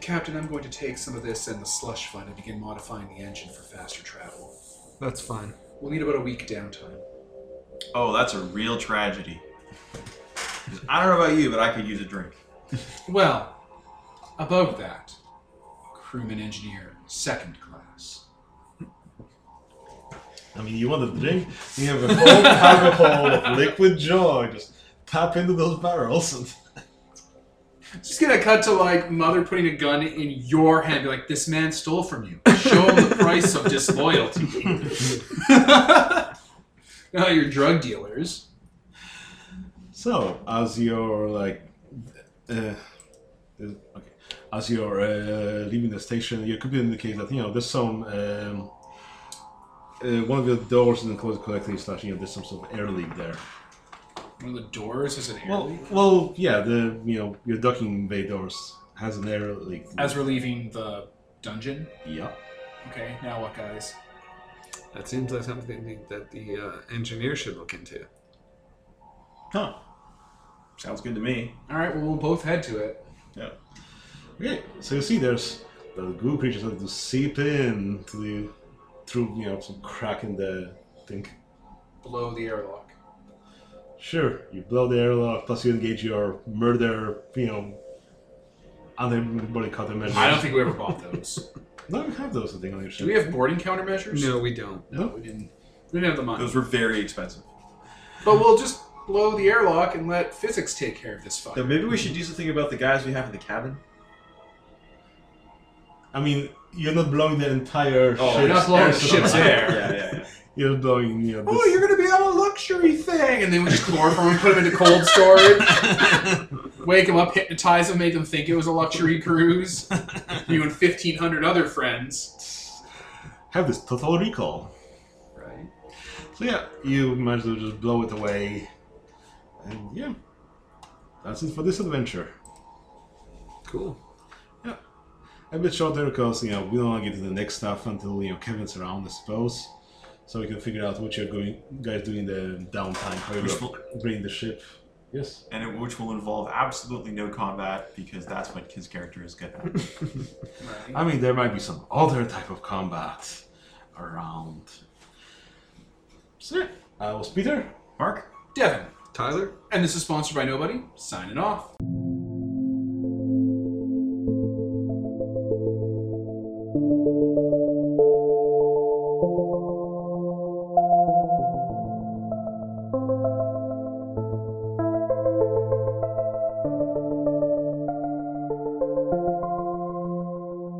S1: Captain, I'm going to take some of this and the slush fund and begin modifying the engine for faster travel.
S4: That's fine.
S1: We'll need about a week downtime.
S3: Oh, that's a real tragedy. 'Cause I don't know about you, but I could use a drink.
S1: Well, above that, crewman engineer, second class.
S2: I mean, you want a drink? You have a whole (laughs) alcohol of liquid joy. Just tap into those barrels. And
S1: It's just gonna cut to like mother putting a gun in your hand, be like, "This man stole from you. Show him the price of disloyalty." now you're drug dealers.
S2: so, as your like, uh, uh, okay, as you're uh, leaving the station, your computer indicates that you know there's some. Um, uh, one of the doors isn't closed correctly, slash, you know, there's some sort of air leak there.
S1: One of the doors is an air
S2: Well,
S1: leak.
S2: well, yeah, the you know your docking bay doors has an air leak.
S1: As we're leaving the dungeon,
S2: yeah.
S1: okay. Now what, guys?
S4: That seems like something that the uh, engineer should look into.
S3: Huh. Sounds good to me.
S1: All right. Well, we'll both head to it.
S2: Okay, so you see there's the goo creatures that to seep in to the through you know some crack in the thing.
S1: Blow the airlock.
S2: Sure, you blow the airlock, plus you engage your murder, you know, antibody countermeasures.
S1: I don't think we ever bought (laughs) those.
S2: No, you have those I think on your
S1: Do
S2: ship.
S1: we have boarding countermeasures?
S4: No, we don't.
S1: No, we didn't. We didn't have the money.
S3: Those were very expensive.
S1: But we'll just blow the airlock and let physics take care of this fuck.
S3: So maybe we should do something about the guys we have in the cabin.
S2: I mean, you're not blowing the entire
S3: Oh,
S2: ship.
S1: We're not blowing the
S2: so-
S1: ship's air.
S3: Yeah, yeah, yeah.
S2: (laughs) You're blowing, you know,
S1: Oh,
S2: this-
S1: you're gonna be on a luxury thing, and then we just chloroform and put them into cold storage. (laughs) Wake them up, hypnotize them, make them think it was a luxury (laughs) cruise. You and fifteen hundred other friends.
S2: have this total recall.
S1: Right.
S2: So yeah, you might as well just blow it away. And yeah, that's it for this adventure.
S4: Cool.
S2: A bit shorter because you know we don't want to get to the next stuff until you know Kevin's around, I suppose. So we can figure out what you're going guys doing in the downtime, how
S3: Which
S2: you're
S3: will-
S2: bringing the ship. Yes.
S3: And it, which will involve absolutely no combat because that's what his character is good at.
S1: Right.
S2: I mean, there might be some other type of combat around. So yeah, I was Peter.
S3: Mark?
S1: Devin,
S4: Tyler?
S1: and this is sponsored by nobody. Signing off.